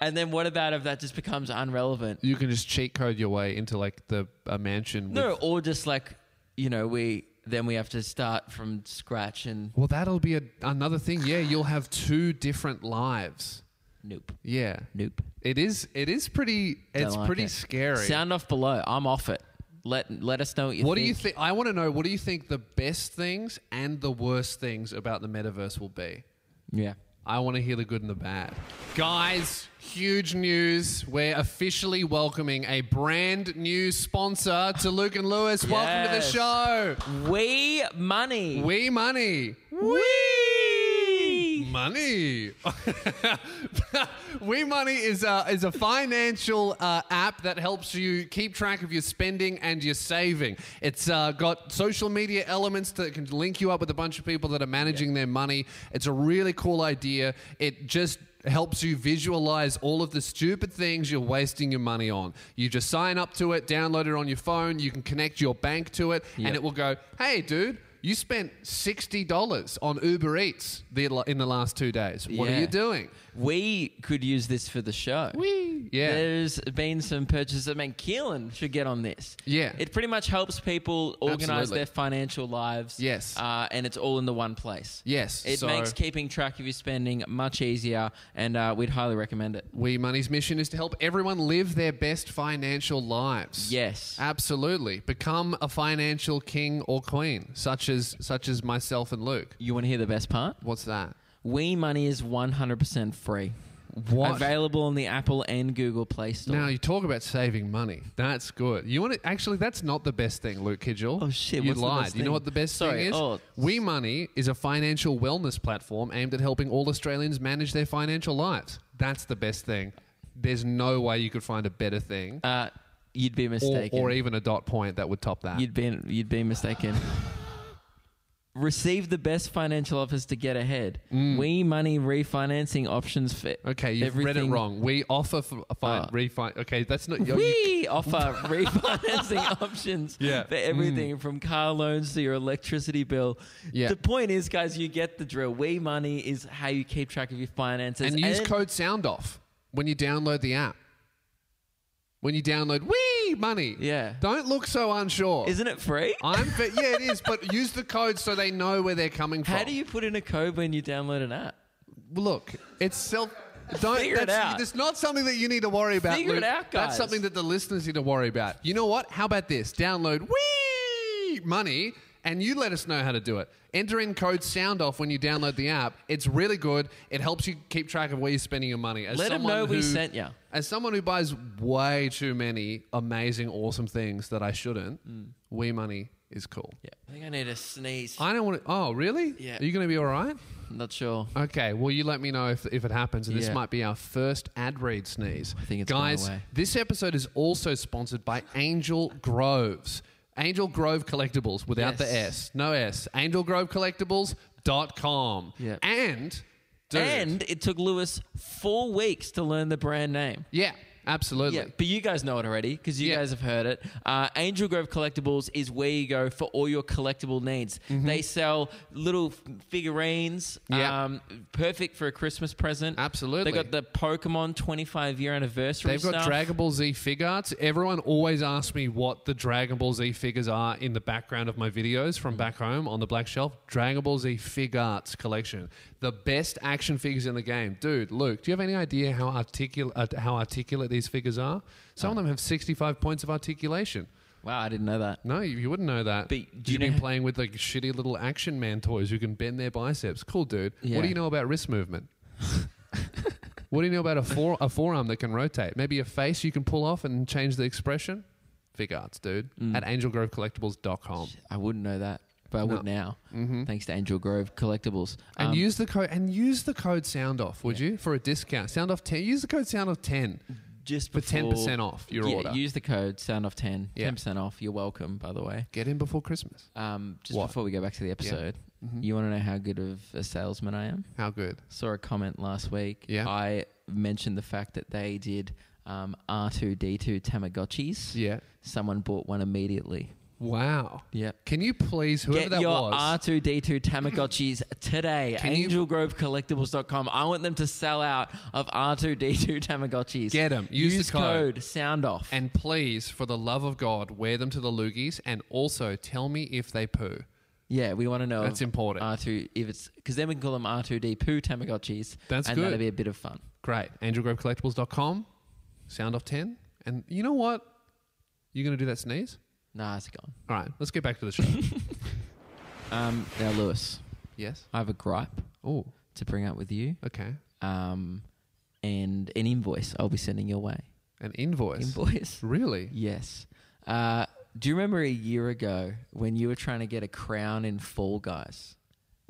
[SPEAKER 2] And then what about if that just becomes unrelevant?
[SPEAKER 1] You can just cheat code your way into like the a mansion. with
[SPEAKER 2] No, or just like you know, we then we have to start from scratch and
[SPEAKER 1] Well, that'll be a, another thing. Yeah, you'll have two different lives.
[SPEAKER 2] nope,
[SPEAKER 1] Yeah,
[SPEAKER 2] nope.
[SPEAKER 1] it is. It is pretty.
[SPEAKER 2] Don't
[SPEAKER 1] It's
[SPEAKER 2] like
[SPEAKER 1] pretty
[SPEAKER 2] it.
[SPEAKER 1] scary.
[SPEAKER 2] Sound off below. I'm off it. Let let us know what you
[SPEAKER 1] what
[SPEAKER 2] think.
[SPEAKER 1] do you think? I want to know. What do you think the best things and the worst things about the metaverse will be?
[SPEAKER 2] Yeah.
[SPEAKER 1] I want to hear the good and the bad. Guys, huge news. We're officially welcoming a brand new sponsor to Luke and Lewis. Welcome to the
[SPEAKER 2] Yes.
[SPEAKER 1] show.
[SPEAKER 2] We money.
[SPEAKER 1] We money.
[SPEAKER 2] We.
[SPEAKER 1] Money. we Money is a, is a financial uh, app that helps you keep track of your spending and your saving. It's uh, got social media elements that can link you up with a bunch of people that are managing their money. It's a really cool idea. It just helps you visualize all of the stupid things you're wasting your money on. You just sign up to it, download it on your phone, you can connect your bank to it, and
[SPEAKER 2] Yep.
[SPEAKER 1] it will go, hey, dude. You spent sixty dollars on Uber Eats the, in the last two days. What are
[SPEAKER 2] Yeah.
[SPEAKER 1] you doing?
[SPEAKER 2] We could use this for the show.
[SPEAKER 1] Whee! Yeah.
[SPEAKER 2] There's been some purchases. I mean, Keelan should get on this.
[SPEAKER 1] Yeah.
[SPEAKER 2] It pretty much helps people organize
[SPEAKER 1] Absolutely.
[SPEAKER 2] their financial lives.
[SPEAKER 1] Yes.
[SPEAKER 2] Uh, and it's all in the one place.
[SPEAKER 1] Yes,
[SPEAKER 2] It
[SPEAKER 1] so-
[SPEAKER 2] makes keeping track of your spending much easier, and uh, we'd highly recommend it.
[SPEAKER 1] We Money's mission is to help everyone live their best financial lives.
[SPEAKER 2] Yes.
[SPEAKER 1] Absolutely. Become a financial king or queen, such as such as myself and Luke.
[SPEAKER 2] You want to hear the best part?
[SPEAKER 1] What's that?
[SPEAKER 2] We Money is 100% free.
[SPEAKER 1] What?
[SPEAKER 2] Available on the Apple and Google Play Store.
[SPEAKER 1] Now you talk about saving money. That's good. You want to actually? That's not the best thing, Luke Kidgel.
[SPEAKER 2] Oh, shit,
[SPEAKER 1] You
[SPEAKER 2] what's the
[SPEAKER 1] lied.
[SPEAKER 2] best
[SPEAKER 1] you know
[SPEAKER 2] thing?
[SPEAKER 1] what the best
[SPEAKER 2] Sorry,
[SPEAKER 1] thing is?
[SPEAKER 2] oh.
[SPEAKER 1] We Money is a financial wellness platform aimed at helping all Australians manage their financial lives. That's the best thing. There's no way you could find a better thing,
[SPEAKER 2] uh, you'd be
[SPEAKER 1] or,
[SPEAKER 2] mistaken.
[SPEAKER 1] or even a dot point that would top that.
[SPEAKER 2] you'd be you'd be mistaken. Receive the best financial offers to get ahead. We money refinancing options for
[SPEAKER 1] Mm. Okay, you've read
[SPEAKER 2] everything-
[SPEAKER 1] it wrong. We offer f- fine,
[SPEAKER 2] Ah.
[SPEAKER 1] refi- Okay, that's not. you- you-
[SPEAKER 2] We offer refinancing options
[SPEAKER 1] Yeah. Mm.
[SPEAKER 2] for everything from car loans to your electricity bill.
[SPEAKER 1] Yeah.
[SPEAKER 2] The point is, guys, you get the drill. We money is how you keep track of your finances.
[SPEAKER 1] and use
[SPEAKER 2] And-
[SPEAKER 1] code sound off when you download the app. When you download wee money.
[SPEAKER 2] Yeah.
[SPEAKER 1] Don't look so unsure.
[SPEAKER 2] Isn't it free?
[SPEAKER 1] I'm fe- yeah, it is, but use the code so they know where they're coming from.
[SPEAKER 2] How do you put in a code when you download an app?
[SPEAKER 1] look? It's self. Don't.
[SPEAKER 2] Figure it
[SPEAKER 1] that's,
[SPEAKER 2] out.
[SPEAKER 1] It's not something that you need to worry about.
[SPEAKER 2] Figure it
[SPEAKER 1] Luke.
[SPEAKER 2] out,
[SPEAKER 1] That's
[SPEAKER 2] guys.
[SPEAKER 1] something that the listeners need to worry about. You know what? How about this? Download wee money. And you let us know how to do it. Enter in code sound off when you download the app. It's really good. It helps you keep track of where you're spending your money. As
[SPEAKER 2] Let 'em
[SPEAKER 1] someone
[SPEAKER 2] know we
[SPEAKER 1] who-
[SPEAKER 2] sent ya.
[SPEAKER 1] As someone who buys way too many amazing, awesome things that I shouldn't,
[SPEAKER 2] Mm.
[SPEAKER 1] wee money is cool.
[SPEAKER 2] Yeah. I think I need a sneeze. I'm
[SPEAKER 1] I don't want to. Oh, really?
[SPEAKER 2] Yeah.
[SPEAKER 1] Are you going to be all right?
[SPEAKER 2] not sure.
[SPEAKER 1] Okay. Well, you let me know if, if it happens. And this
[SPEAKER 2] Yeah.
[SPEAKER 1] might be our first ad read sneeze. I
[SPEAKER 2] think it's gone
[SPEAKER 1] Guys,
[SPEAKER 2] away.
[SPEAKER 1] this episode is also sponsored by Angel Groves. Angel Grove Collectibles without the
[SPEAKER 2] Yes.
[SPEAKER 1] S. No S. AngelGroveCollectibles.com.
[SPEAKER 2] Yeah.
[SPEAKER 1] And. Dude,
[SPEAKER 2] And it took Lewis four weeks to learn the brand name.
[SPEAKER 1] Yeah, absolutely.
[SPEAKER 2] Yeah, but you guys know it already because you
[SPEAKER 1] Yeah.
[SPEAKER 2] guys have heard it. Uh, Angel Grove Collectibles is where you go for all your collectible needs. They sell little f- figurines,
[SPEAKER 1] Mm-hmm. Yeah.
[SPEAKER 2] um, perfect for a Christmas present.
[SPEAKER 1] Absolutely.
[SPEAKER 2] They got the Pokemon 25 year anniversary.
[SPEAKER 1] They've got
[SPEAKER 2] stuff.
[SPEAKER 1] Dragon Ball Z figure arts. Everyone always asks me what the Dragon Ball Z figures are in the background of my videos from back home on the black shelf. Dragon Ball Z fig arts collection, the best action figures in the game, dude. Luke, do you have any idea how articulate uh, how articulate these figures are? Some of them have sixty-five points of articulation.
[SPEAKER 2] Wow, I didn't know that.
[SPEAKER 1] No, you, you wouldn't know that.
[SPEAKER 2] But do you
[SPEAKER 1] You've
[SPEAKER 2] know
[SPEAKER 1] been
[SPEAKER 2] how-
[SPEAKER 1] playing with like shitty little action man toys who can bend their biceps. Cool, dude. What
[SPEAKER 2] Yeah.
[SPEAKER 1] do you know about wrist movement? what do you know about a fore, a forearm that can rotate? Maybe a face you can pull off and change the expression. Fig arts, dude.
[SPEAKER 2] Mm.
[SPEAKER 1] At angelgrovecollectibles.com.
[SPEAKER 2] I wouldn't know that, but I would now. Thanks to Angel Grove Collectibles.
[SPEAKER 1] Mm-hmm. And
[SPEAKER 2] Um,
[SPEAKER 1] use the code and use the code sound off, would you? For a discount. Sound off 10. Use the code sound off 10
[SPEAKER 2] just
[SPEAKER 1] for
[SPEAKER 2] before-
[SPEAKER 1] 10% off your
[SPEAKER 2] Yeah,
[SPEAKER 1] order.
[SPEAKER 2] Use the code sound off 10,
[SPEAKER 1] Yeah.
[SPEAKER 2] 10% off. You're welcome, by the way.
[SPEAKER 1] Get in before Christmas.
[SPEAKER 2] Um, just
[SPEAKER 1] What? Mm-hmm.
[SPEAKER 2] before we go back to the episode, you want to know how good of a salesman I am?
[SPEAKER 1] How good?
[SPEAKER 2] Saw a comment last week.
[SPEAKER 1] Yeah.
[SPEAKER 2] I mentioned the fact that they did um, R2D2 Tamagotchis.
[SPEAKER 1] Yeah.
[SPEAKER 2] Someone bought one immediately.
[SPEAKER 1] Wow.
[SPEAKER 2] Yep.
[SPEAKER 1] Can you please whoever
[SPEAKER 2] Get
[SPEAKER 1] that
[SPEAKER 2] your
[SPEAKER 1] was
[SPEAKER 2] R2D2 Tamagotchis today.
[SPEAKER 1] Can you-
[SPEAKER 2] AngelGroveCollectibles.com. I want them to sell out of R2D2 Tamagotchis.
[SPEAKER 1] Get 'em. Use the code.
[SPEAKER 2] sound off.
[SPEAKER 1] And please, for the love of God, wear them to the loogies and also tell me if they poo.
[SPEAKER 2] yeah, we want to know.
[SPEAKER 1] That's
[SPEAKER 2] if
[SPEAKER 1] important.
[SPEAKER 2] R2, if it's because then we can call them R2D poo Tamagotchis.
[SPEAKER 1] That's
[SPEAKER 2] and
[SPEAKER 1] good.
[SPEAKER 2] that'll be a bit of fun.
[SPEAKER 1] Great. AngelGroveCollectibles.com, sound off 10. And you know what? You're going to do that sneeze?
[SPEAKER 2] Nah, it's gone.
[SPEAKER 1] All right, let's get back to the show.
[SPEAKER 2] Um, now, Lewis,
[SPEAKER 1] yes.
[SPEAKER 2] I have a gripe
[SPEAKER 1] Oh,
[SPEAKER 2] to bring up with you.
[SPEAKER 1] okay.
[SPEAKER 2] um, and an invoice I'll be sending your way.
[SPEAKER 1] An invoice.
[SPEAKER 2] Invoice?
[SPEAKER 1] really?
[SPEAKER 2] yes. Uh, do you remember a year ago when you were trying to get a crown in Fall Guys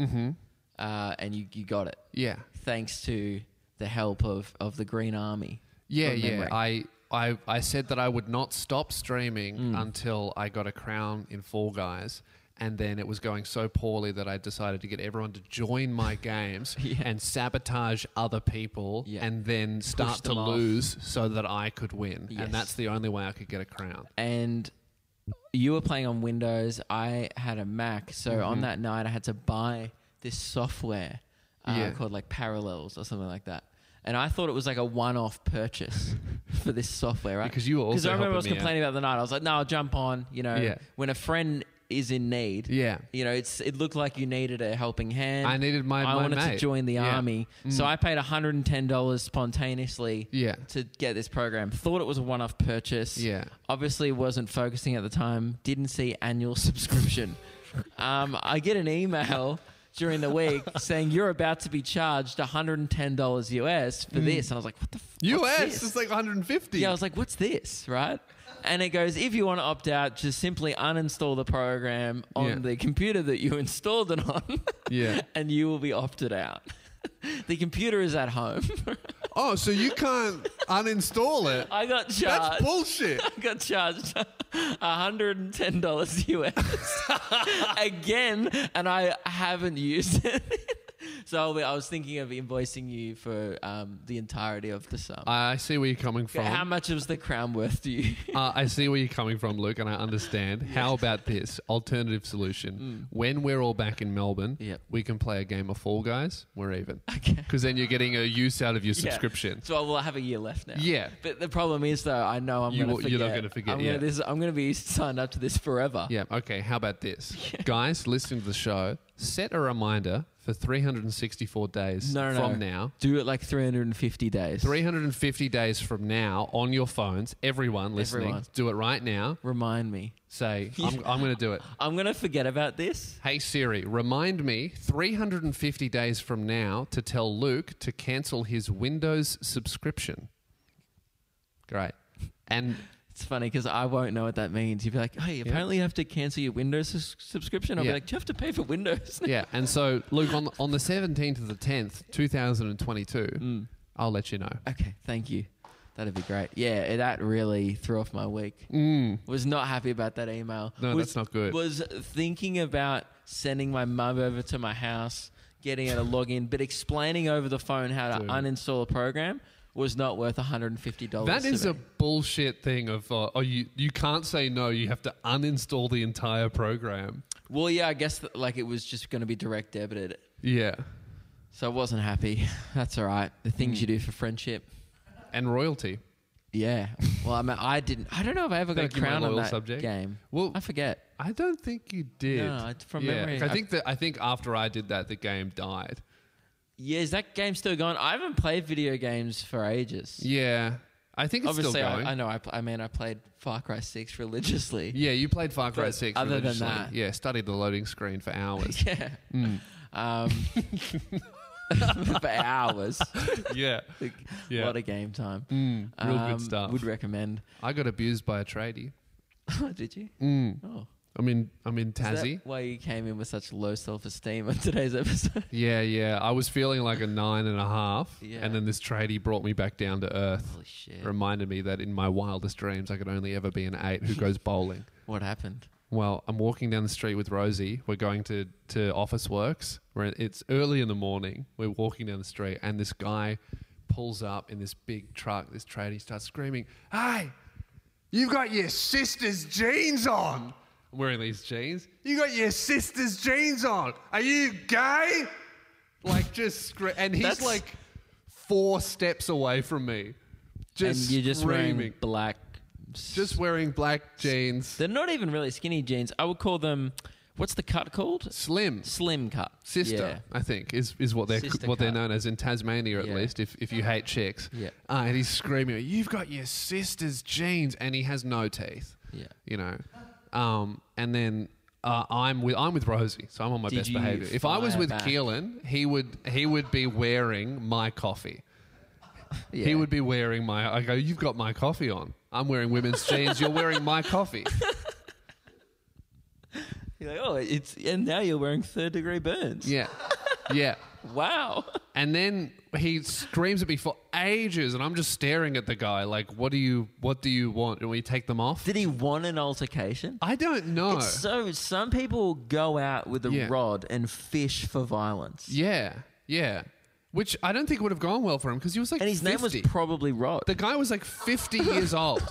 [SPEAKER 1] Mm-hmm.
[SPEAKER 2] uh, and you, you got it
[SPEAKER 1] Yeah.
[SPEAKER 2] thanks to the help of, of the Green Army?
[SPEAKER 1] Yeah,
[SPEAKER 2] From
[SPEAKER 1] yeah.
[SPEAKER 2] memory.
[SPEAKER 1] I, I, I said that I would not stop streaming
[SPEAKER 2] Mm.
[SPEAKER 1] until I got a crown in Fall Guys. And then it was going so poorly that I decided to get everyone to join my games
[SPEAKER 2] Yeah.
[SPEAKER 1] and sabotage other people
[SPEAKER 2] Yeah.
[SPEAKER 1] and then start to
[SPEAKER 2] them off.
[SPEAKER 1] lose so that I could win.
[SPEAKER 2] Yes.
[SPEAKER 1] And that's the only way I could get a crown.
[SPEAKER 2] And you were playing on Windows. I had a Mac. So
[SPEAKER 1] Mm-hmm.
[SPEAKER 2] on that night, I had to buy this software uh,
[SPEAKER 1] Yeah.
[SPEAKER 2] called like Parallels or something like that. And I thought it was like a one off purchase for this software, right?
[SPEAKER 1] Because you were
[SPEAKER 2] Because
[SPEAKER 1] also
[SPEAKER 2] I remember I was
[SPEAKER 1] helping me out.
[SPEAKER 2] complaining about the night. I was like, no, I'll jump on. You know,
[SPEAKER 1] Yeah.
[SPEAKER 2] when a friend is in need,
[SPEAKER 1] Yeah.
[SPEAKER 2] you know, it's it looked like you needed a helping hand.
[SPEAKER 1] I needed my-
[SPEAKER 2] I
[SPEAKER 1] my
[SPEAKER 2] wanted to
[SPEAKER 1] mate.
[SPEAKER 2] join the
[SPEAKER 1] Yeah. Mm.
[SPEAKER 2] army, so I paid one hundred and ten dollars spontaneously.
[SPEAKER 1] Yeah.
[SPEAKER 2] to get this program, thought it was a one-off purchase.
[SPEAKER 1] Yeah.
[SPEAKER 2] obviously wasn't focusing at the time. Didn't see annual subscription. um, I get an email. During the week, saying you're about to be charged $110 US
[SPEAKER 1] Mm.
[SPEAKER 2] for this, and I was like, "What the f- what's this?
[SPEAKER 1] like 150.
[SPEAKER 2] Yeah, I was like, what's this, right? And it goes, if you want to opt out, just simply uninstall the program on
[SPEAKER 1] Yeah.
[SPEAKER 2] the computer that you installed it on,
[SPEAKER 1] Yeah.
[SPEAKER 2] and you will be opted out. the computer is at home.
[SPEAKER 1] Oh, so you can't uninstall it?
[SPEAKER 2] I got
[SPEAKER 1] That's
[SPEAKER 2] charged.
[SPEAKER 1] bullshit.
[SPEAKER 2] I got charged $110 US again, and I haven't used it. so I'll be- I was thinking of invoicing you for um, the entirety of the sum.
[SPEAKER 1] I see where you're coming from.
[SPEAKER 2] How much was the crown worth to you?
[SPEAKER 1] Uh, I see where you're coming from, Luke, and I understand. How about this alternative solution? When we're all back in Melbourne,
[SPEAKER 2] Mm. Yep.
[SPEAKER 1] we can play a game of Fall Guys. We're even.
[SPEAKER 2] Okay.
[SPEAKER 1] Because then you're getting a use out of your
[SPEAKER 2] Yeah.
[SPEAKER 1] subscription.
[SPEAKER 2] So I will have a year left now.
[SPEAKER 1] Yeah.
[SPEAKER 2] But the problem is, though, I know I'm
[SPEAKER 1] You
[SPEAKER 2] going to
[SPEAKER 1] will-
[SPEAKER 2] forget.
[SPEAKER 1] you're not gonna forget,
[SPEAKER 2] I'm
[SPEAKER 1] yeah.
[SPEAKER 2] Gonna, this, I'm going to be signed up to this forever.
[SPEAKER 1] Yeah. Okay. How about this? Guys, listening to the show, set a reminder for 364 days
[SPEAKER 2] No, no,
[SPEAKER 1] from
[SPEAKER 2] no.
[SPEAKER 1] now.
[SPEAKER 2] Do it like 350 days.
[SPEAKER 1] 350 days from now on your phones, everyone listening,
[SPEAKER 2] Everyone.
[SPEAKER 1] do it right now.
[SPEAKER 2] Remind me.
[SPEAKER 1] Say, I'm, I'm going to do it.
[SPEAKER 2] I'm going to forget about this.
[SPEAKER 1] Hey Siri, remind me 350 days from now to tell Luke to cancel his Windows subscription. Great. And
[SPEAKER 2] It's funny because I won't know what that means. You'd be like, hey, apparently you have to cancel your Windows sus- subscription. I'll
[SPEAKER 1] Yeah.
[SPEAKER 2] be like, do you have to pay for Windows?
[SPEAKER 1] yeah, and so Luke on on the 17th of the 10th, 2022, I'll let you know.
[SPEAKER 2] okay, thank you. That'd be great. Yeah, eh, that really threw off my week.
[SPEAKER 1] Mm.
[SPEAKER 2] Was not happy about that email.
[SPEAKER 1] No,
[SPEAKER 2] was,
[SPEAKER 1] that's not good.
[SPEAKER 2] Was thinking about sending my mum over to my house, getting her to log in, but explaining over the phone how to
[SPEAKER 1] Dude.
[SPEAKER 2] uninstall a program was not worth $150.
[SPEAKER 1] That
[SPEAKER 2] to
[SPEAKER 1] is
[SPEAKER 2] me.
[SPEAKER 1] a bullshit thing of uh, oh you you can't say no, you have to uninstall the entire program.
[SPEAKER 2] Well, yeah, I guess that, like it was just going to be direct debited.
[SPEAKER 1] Yeah.
[SPEAKER 2] So I wasn't happy. That's all right. The things
[SPEAKER 1] Mm.
[SPEAKER 2] you do for friendship.
[SPEAKER 1] And royalty.
[SPEAKER 2] Yeah. Well, I mean, I didn't. I don't know if I ever got
[SPEAKER 1] Thank
[SPEAKER 2] a
[SPEAKER 1] you, my
[SPEAKER 2] crown on
[SPEAKER 1] loyal
[SPEAKER 2] that
[SPEAKER 1] subject.
[SPEAKER 2] game.
[SPEAKER 1] Well,
[SPEAKER 2] I forget.
[SPEAKER 1] I don't think you did.
[SPEAKER 2] No, I- from memory,
[SPEAKER 1] I
[SPEAKER 2] I-
[SPEAKER 1] think that I think after I did that, the game died.
[SPEAKER 2] Yeah, is that game still going? I haven't played video games for ages.
[SPEAKER 1] Yeah, I think it's
[SPEAKER 2] Obviously,
[SPEAKER 1] still going.
[SPEAKER 2] I, I know. I, pl- I mean, I played Far Cry Six religiously.
[SPEAKER 1] yeah, you played Far Cry
[SPEAKER 2] But
[SPEAKER 1] Six.
[SPEAKER 2] other than
[SPEAKER 1] religiously.
[SPEAKER 2] that-
[SPEAKER 1] yeah, studied the loading screen for hours.
[SPEAKER 2] Yeah.
[SPEAKER 1] Mm.
[SPEAKER 2] Um, for hours.
[SPEAKER 1] yeah,
[SPEAKER 2] Like,
[SPEAKER 1] Yeah. Mm.
[SPEAKER 2] A lot of game time.
[SPEAKER 1] real
[SPEAKER 2] Um,
[SPEAKER 1] good stuff.
[SPEAKER 2] Would recommend.
[SPEAKER 1] I got abused by a tradie.
[SPEAKER 2] Did you? Oh.
[SPEAKER 1] I'm in. I'm in
[SPEAKER 2] Is that
[SPEAKER 1] Tassie.
[SPEAKER 2] why you came in with such low self esteem on today's episode?
[SPEAKER 1] Yeah, yeah. I was feeling like a nine and a half,
[SPEAKER 2] Yeah.
[SPEAKER 1] and then this tradie brought me back down to earth.
[SPEAKER 2] Holy shit.
[SPEAKER 1] Reminded me that in my wildest dreams, I could only ever be an eight who goes bowling.
[SPEAKER 2] What happened?
[SPEAKER 1] Well, I'm walking down the street with Rosie. We're going to, to Office Works. We're, it's early in the morning. We're walking down the street, and this guy pulls up in this big truck, this trailer. He starts screaming, Hey, you've got your sister's jeans on. I'm wearing these jeans. You got your sister's jeans on. Are you gay? Like, just scre- And he's
[SPEAKER 2] That's-
[SPEAKER 1] like four steps away from me. Just
[SPEAKER 2] and you're just
[SPEAKER 1] screaming.
[SPEAKER 2] wearing black.
[SPEAKER 1] just wearing black jeans.
[SPEAKER 2] They're not even really skinny jeans. I would call them. What's the cut called?
[SPEAKER 1] Slim.
[SPEAKER 2] Slim cut.
[SPEAKER 1] Sister, I think, is, is what they're
[SPEAKER 2] Sister
[SPEAKER 1] what they're
[SPEAKER 2] cut.
[SPEAKER 1] known as in Tasmania, at
[SPEAKER 2] Yeah.
[SPEAKER 1] least. If, if you hate chicks,
[SPEAKER 2] Yeah.
[SPEAKER 1] uh, and he's screaming, "You've got your sister's jeans," and he has no teeth.
[SPEAKER 2] Yeah.
[SPEAKER 1] you know. Um, and then uh, I'm with I'm with Rosie, so I'm on my
[SPEAKER 2] Did
[SPEAKER 1] best
[SPEAKER 2] you
[SPEAKER 1] behavior. If I was
[SPEAKER 2] fire
[SPEAKER 1] with
[SPEAKER 2] back?
[SPEAKER 1] Keelan, he would he would be wearing my coffee. He would be wearing my. I go, "You've got my coffee on. I'm wearing women's jeans. You're wearing my coffee."
[SPEAKER 2] You're like, oh, it's and now you're wearing third degree burns.
[SPEAKER 1] Yeah, yeah.
[SPEAKER 2] Wow.
[SPEAKER 1] And then he screams at me for ages, and I'm just staring at the guy like, "What do you? What do you want?" And we take them off.
[SPEAKER 2] Did he want an altercation?
[SPEAKER 1] I don't know.
[SPEAKER 2] It's so some people go out with a
[SPEAKER 1] Yeah.
[SPEAKER 2] rod and fish for violence.
[SPEAKER 1] yeah, yeah. Which I don't think would have gone well for him because he was like,
[SPEAKER 2] And his name
[SPEAKER 1] 50.
[SPEAKER 2] was probably Rod.
[SPEAKER 1] the guy was like 50 years old.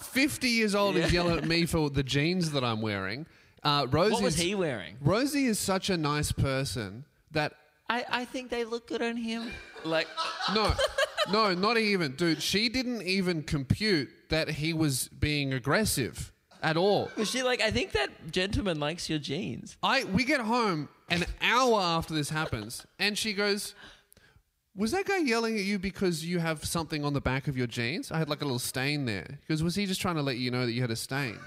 [SPEAKER 1] 50 years old and yelling at me for the jeans that I'm wearing. Uh, Rosie's,
[SPEAKER 2] what was he wearing?
[SPEAKER 1] Rosie is such a nice person that
[SPEAKER 2] I, I think they look good on him. Like
[SPEAKER 1] No, no, not even, dude. She didn't even compute that he was being aggressive at all.
[SPEAKER 2] was she like, I think that gentleman likes your jeans.
[SPEAKER 1] I we get home an hour after this happens, and she goes, "Was that guy yelling at you because you have something on the back of your jeans? I had like a little stain there." Because was he just trying to let you know that you had a stain?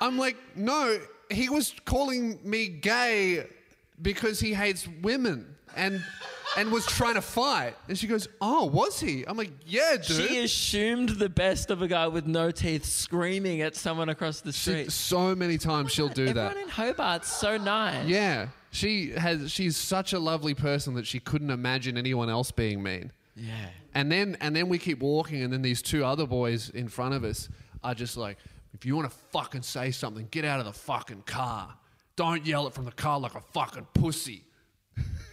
[SPEAKER 1] I'm like, no, he was calling me gay because he hates women and and was trying to fight. And she goes, "Oh, was he?" I'm like, "Yeah, dude."
[SPEAKER 2] She assumed the best of a guy with no teeth screaming at someone across the
[SPEAKER 1] She-
[SPEAKER 2] street.
[SPEAKER 1] so many times she'll do
[SPEAKER 2] Everyone
[SPEAKER 1] that.
[SPEAKER 2] in Hobart's so nice.
[SPEAKER 1] Yeah. she has she's such a lovely person that she couldn't imagine anyone else being mean.
[SPEAKER 2] Yeah.
[SPEAKER 1] And then and then we keep walking, and then these two other boys in front of us are just like, if you want to fucking say something, get out of the fucking car. Don't yell it from the car like a fucking pussy.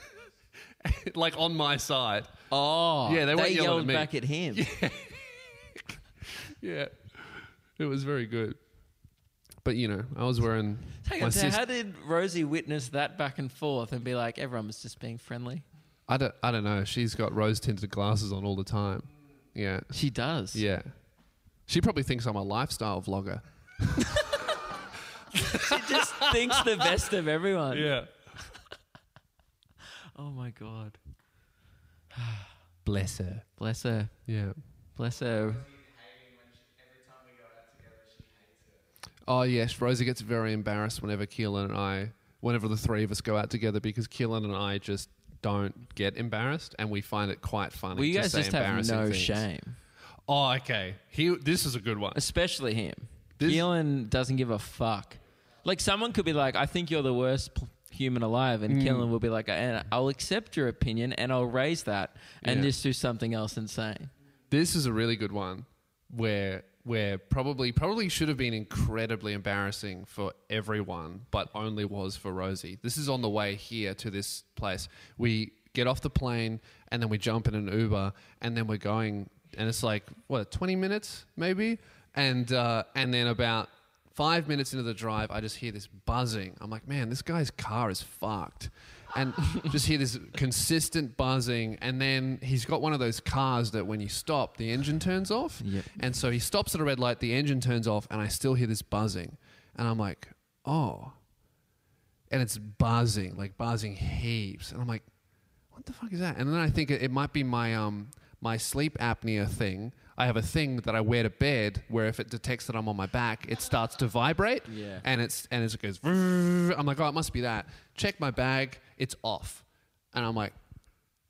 [SPEAKER 1] like on my side.
[SPEAKER 2] Oh.
[SPEAKER 1] Yeah, they weren't yelling at
[SPEAKER 2] yelled
[SPEAKER 1] me.
[SPEAKER 2] back at him.
[SPEAKER 1] Yeah. It was very good. But you know, I was wearing
[SPEAKER 2] Hang
[SPEAKER 1] my
[SPEAKER 2] on, so
[SPEAKER 1] sis-
[SPEAKER 2] how did Rosie witness that back and forth and be like, everyone was just being friendly?
[SPEAKER 1] I don't I don't know. She's got rose tinted glasses on all the time. Yeah.
[SPEAKER 2] She does.
[SPEAKER 1] Yeah. She probably thinks I'm a lifestyle vlogger.
[SPEAKER 2] She just thinks the best of everyone.
[SPEAKER 1] Yeah.
[SPEAKER 2] Oh my god.
[SPEAKER 1] Bless her.
[SPEAKER 2] Bless her.
[SPEAKER 1] Yeah.
[SPEAKER 2] Bless her.
[SPEAKER 1] Oh yes, Rosie gets very embarrassed whenever Keelan and I, whenever the three of us go out together, because Keelan and I just don't get embarrassed, and we find it quite funny.
[SPEAKER 2] Well, you
[SPEAKER 1] to
[SPEAKER 2] guys
[SPEAKER 1] say
[SPEAKER 2] just have
[SPEAKER 1] embarrassing
[SPEAKER 2] no
[SPEAKER 1] things.
[SPEAKER 2] shame,
[SPEAKER 1] Oh, okay. He, this is a good one.
[SPEAKER 2] especially him.
[SPEAKER 1] This-
[SPEAKER 2] Keelan doesn't give a fuck. Like someone could be like, "I think you're the worst p- human alive,"
[SPEAKER 1] Mm.
[SPEAKER 2] and Keelan will be like, "And I'll accept your opinion and I'll raise that and
[SPEAKER 1] Yeah.
[SPEAKER 2] just do something else insane."
[SPEAKER 1] This is a really good one where where probably probably should have been incredibly embarrassing for everyone, but only was for Rosie. This is on the way here to this place. We get off the plane and then we jump in an Uber and then we're going and it's like what twenty minutes maybe, and uh, and then about five minutes into the drive, I just hear this buzzing. I'm like, man, this guy's car is fucked. And just hear this consistent buzzing. And then he's got one of those cars that when you stop, the engine turns off.
[SPEAKER 2] Yep.
[SPEAKER 1] And so he stops at a red light, the engine turns off, and I still hear this buzzing. And I'm like, oh. And it's buzzing, like buzzing heaps. And I'm like, what the fuck is that? And then I think it, it might be my um my sleep apnea thing. I have a thing that I wear to bed where if it detects that I'm on my back, it starts to vibrate.
[SPEAKER 2] Yeah.
[SPEAKER 1] And it's and it's- it goes. "Vrrr." I'm like, oh, it must be that. Check my bag. It's off. And I'm like,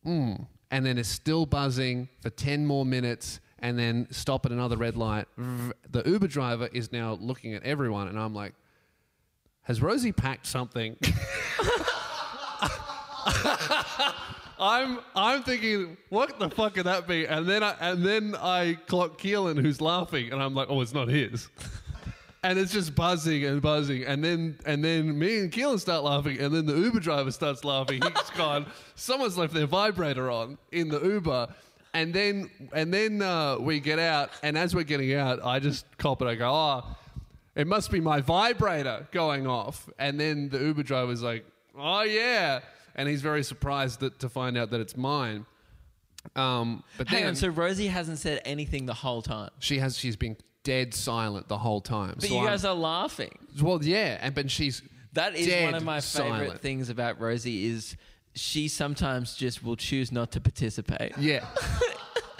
[SPEAKER 1] hmm. And then it's still buzzing for ten more minutes. And then stop at another red light. Vrrr. The Uber driver is now looking at everyone, and I'm like, has Rosie packed something? I'm I'm thinking, what the fuck could that be? And then I and then I clock Keelan who's laughing, and I'm like, oh, it's not his. And it's just buzzing and buzzing, and then and then me and Keelan start laughing, and then the Uber driver starts laughing. He's gone. Someone's left their vibrator on in the Uber, and then and then uh, we get out, and as we're getting out, I just cop it. I go, oh, it must be my vibrator going off. And then the Uber driver's like, oh yeah, and he's very surprised that, to find out that it's mine. Um, but
[SPEAKER 2] Hang
[SPEAKER 1] then
[SPEAKER 2] on, so Rosie hasn't said anything the whole time,
[SPEAKER 1] she has she's been dead silent the whole time.
[SPEAKER 2] but
[SPEAKER 1] So
[SPEAKER 2] you
[SPEAKER 1] I'm-
[SPEAKER 2] guys are laughing.
[SPEAKER 1] well, yeah, and but she's
[SPEAKER 2] That is
[SPEAKER 1] dead
[SPEAKER 2] one of my
[SPEAKER 1] silent.
[SPEAKER 2] favorite things about Rosie is she sometimes just will choose not to participate.
[SPEAKER 1] Yeah,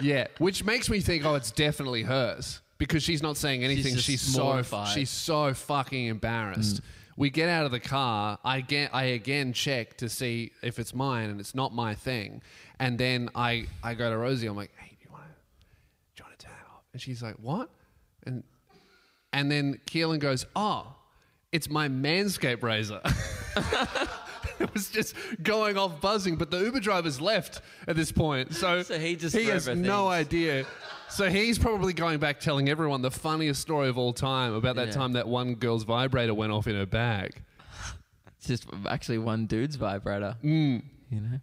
[SPEAKER 1] yeah, which makes me think, oh, it's definitely hers because she's not saying anything.
[SPEAKER 2] just
[SPEAKER 1] She's, so
[SPEAKER 2] mortified. Mm.
[SPEAKER 1] she's so fucking embarrassed. We get out of the car. I get I again check to see if it's mine, and it's not my thing. And then I I go to Rosie. I'm like, hey, do you want to do you want to turn it off? And she's like, what? And and then Keelan goes, oh, it's my manscape razor. it was just going off buzzing, but the Uber driver's left at this point, so,
[SPEAKER 2] So he just
[SPEAKER 1] he has
[SPEAKER 2] forever
[SPEAKER 1] no
[SPEAKER 2] thinks.
[SPEAKER 1] idea. So he's probably going back telling everyone the funniest story of all time about that
[SPEAKER 2] Yeah.
[SPEAKER 1] time that one girl's vibrator went off in her bag.
[SPEAKER 2] It's just actually one dude's vibrator.
[SPEAKER 1] Mm.
[SPEAKER 2] You know,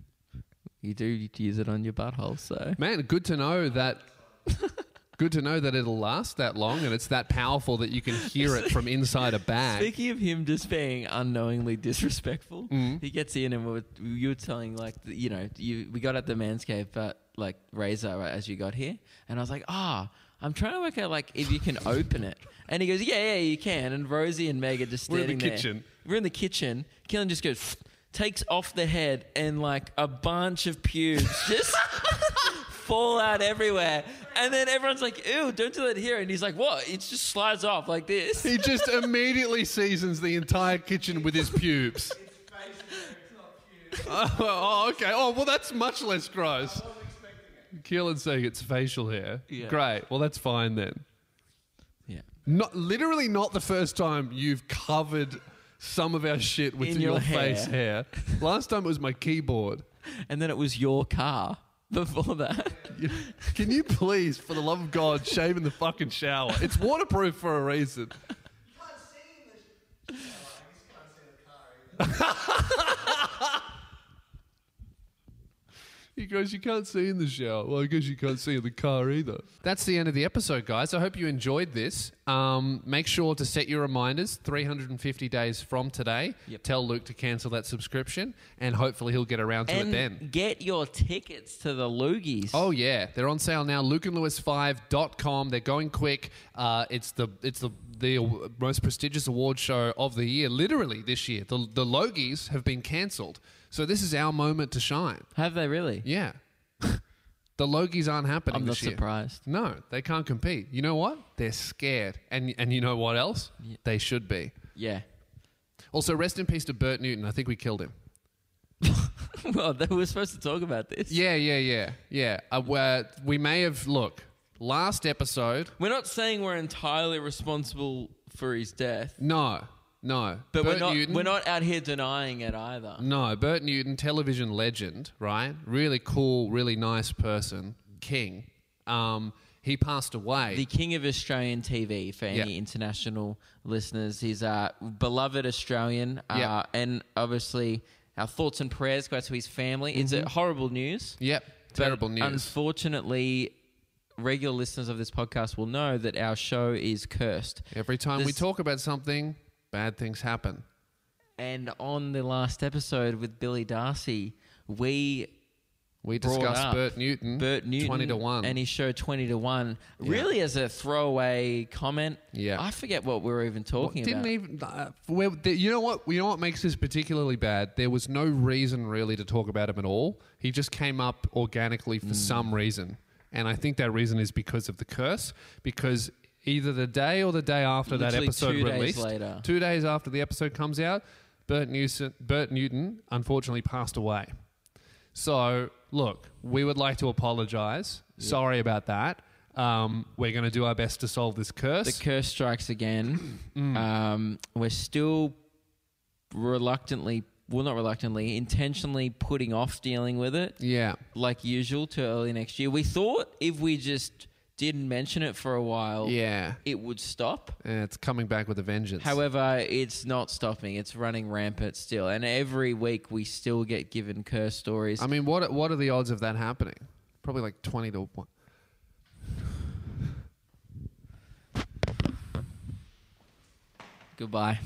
[SPEAKER 2] you do use it on your butthole, so
[SPEAKER 1] Man, good to know that. good to know that it'll last that long and it's that powerful that you can hear it from inside a bag.
[SPEAKER 2] Speaking of him just being unknowingly disrespectful,
[SPEAKER 1] Mm-hmm.
[SPEAKER 2] he gets in and we were, you were telling like th- you know you we got at the manscape but like razor right, as you got here, and I was like ah. I'm trying to work out like if you can open it, and he goes, "Yeah, yeah, you can." And Rosie and Meg are just
[SPEAKER 1] We're in the
[SPEAKER 2] standing there.
[SPEAKER 1] kitchen.
[SPEAKER 2] We're in the kitchen. Killen just goes, takes off the head, and like a bunch of pubes just fall out everywhere. And then everyone's like, "Ew, don't do that here!" And he's like, "What?" It just slides off like this.
[SPEAKER 1] He just immediately seasons the entire kitchen with his pubes. oh, oh, okay. Oh, well, that's much less gross. Keelan's saying it's facial hair.
[SPEAKER 2] Yeah.
[SPEAKER 1] Great. Well, that's fine then.
[SPEAKER 2] Yeah.
[SPEAKER 1] Not literally not the first time you've covered some of our shit within
[SPEAKER 2] your
[SPEAKER 1] your, face hair. Last time it was my keyboard.
[SPEAKER 2] And then it was your car before that.
[SPEAKER 1] You- Can you please, for the love of God, shave in the fucking shower? It's waterproof for a reason.
[SPEAKER 3] can't see in the. sh- Oh, I guess you can't see the car either.
[SPEAKER 1] He goes, You can't see in the shower. Well, I guess you can't see in the car either. That's the end of the episode, guys. I hope you enjoyed this. Um, make sure to set your reminders 350 days from today.
[SPEAKER 2] Yep.
[SPEAKER 1] Tell Luke to cancel that subscription, and hopefully he'll get around to it then.
[SPEAKER 2] and get your tickets to the Loogies.
[SPEAKER 1] Oh yeah, they're on sale now. LukeandLewis5.com. They're going quick. Uh, it's the it's the the most prestigious award show of the year, literally this year. The the Logies have been cancelled, so this is our moment to shine.
[SPEAKER 2] Have they really?
[SPEAKER 1] Yeah, the Logies aren't happening.
[SPEAKER 2] I'm not
[SPEAKER 1] this year.
[SPEAKER 2] surprised.
[SPEAKER 1] No, they can't compete. You know what? They're scared, and and you know what else? They should be.
[SPEAKER 2] Yeah.
[SPEAKER 1] Also, rest in peace to Bert Newton. I think we killed him.
[SPEAKER 2] well, they were supposed to talk about this.
[SPEAKER 1] Yeah, yeah, yeah, yeah. Uh, well, we may have look. Last episode,
[SPEAKER 2] We're not saying we're entirely responsible for his death,
[SPEAKER 1] No, no.
[SPEAKER 2] but
[SPEAKER 1] Bert
[SPEAKER 2] we're not
[SPEAKER 1] Newton,
[SPEAKER 2] we're not out here denying it either.
[SPEAKER 1] No, Bert Newton, television legend, right? Really cool, really nice person, king. Um, he passed away.
[SPEAKER 2] The king of Australian TV for any
[SPEAKER 1] Yeah.
[SPEAKER 2] international listeners. He's a beloved Australian, uh,
[SPEAKER 1] Yeah.
[SPEAKER 2] and obviously our thoughts and prayers go out to his family. It's
[SPEAKER 1] Mm-hmm.
[SPEAKER 2] a horrible news.
[SPEAKER 1] yep,
[SPEAKER 2] But
[SPEAKER 1] terrible news.
[SPEAKER 2] Unfortunately, regular listeners of this podcast will know that our show is cursed.
[SPEAKER 1] Every time we
[SPEAKER 2] this-
[SPEAKER 1] talk about something, bad things happen.
[SPEAKER 2] And on the last episode with Billy Darcy, we
[SPEAKER 1] We
[SPEAKER 2] Brought
[SPEAKER 1] discussed
[SPEAKER 2] up
[SPEAKER 1] Bert Newton,
[SPEAKER 2] Burt Newton
[SPEAKER 1] twenty to one.
[SPEAKER 2] and his show twenty to one. Really, as a throwaway comment.
[SPEAKER 1] Yeah.
[SPEAKER 2] I forget what we were even talking
[SPEAKER 1] didn't
[SPEAKER 2] about.
[SPEAKER 1] even. Uh, where, the, you know what? You know what makes this particularly bad? There was no reason really to talk about him at all. He just came up organically
[SPEAKER 2] Hmm.
[SPEAKER 1] for some reason, and I think that reason is because of the curse. Because either the day or the day after that
[SPEAKER 2] Literally
[SPEAKER 1] episode
[SPEAKER 2] two days
[SPEAKER 1] released,
[SPEAKER 2] later.
[SPEAKER 1] two days after the episode comes out, Bert Newton, Bert Newton unfortunately passed away. So, look, we would like to apologize. Sorry about that. Um, we're going to do our best to solve this curse.
[SPEAKER 2] the curse strikes again.
[SPEAKER 1] Mm.
[SPEAKER 2] um, we're still reluctantly, well, not reluctantly, intentionally putting off dealing with it,
[SPEAKER 1] yeah.
[SPEAKER 2] like usual, to early next year. We thought if we just didn't mention it for a while,
[SPEAKER 1] Yeah.
[SPEAKER 2] it would stop.
[SPEAKER 1] And it's coming back with a vengeance.
[SPEAKER 2] However, it's not stopping. It's running rampant still. And every week we still get given curse stories.
[SPEAKER 1] I mean, what what are the odds of that happening? Probably like twenty to one.
[SPEAKER 2] Goodbye.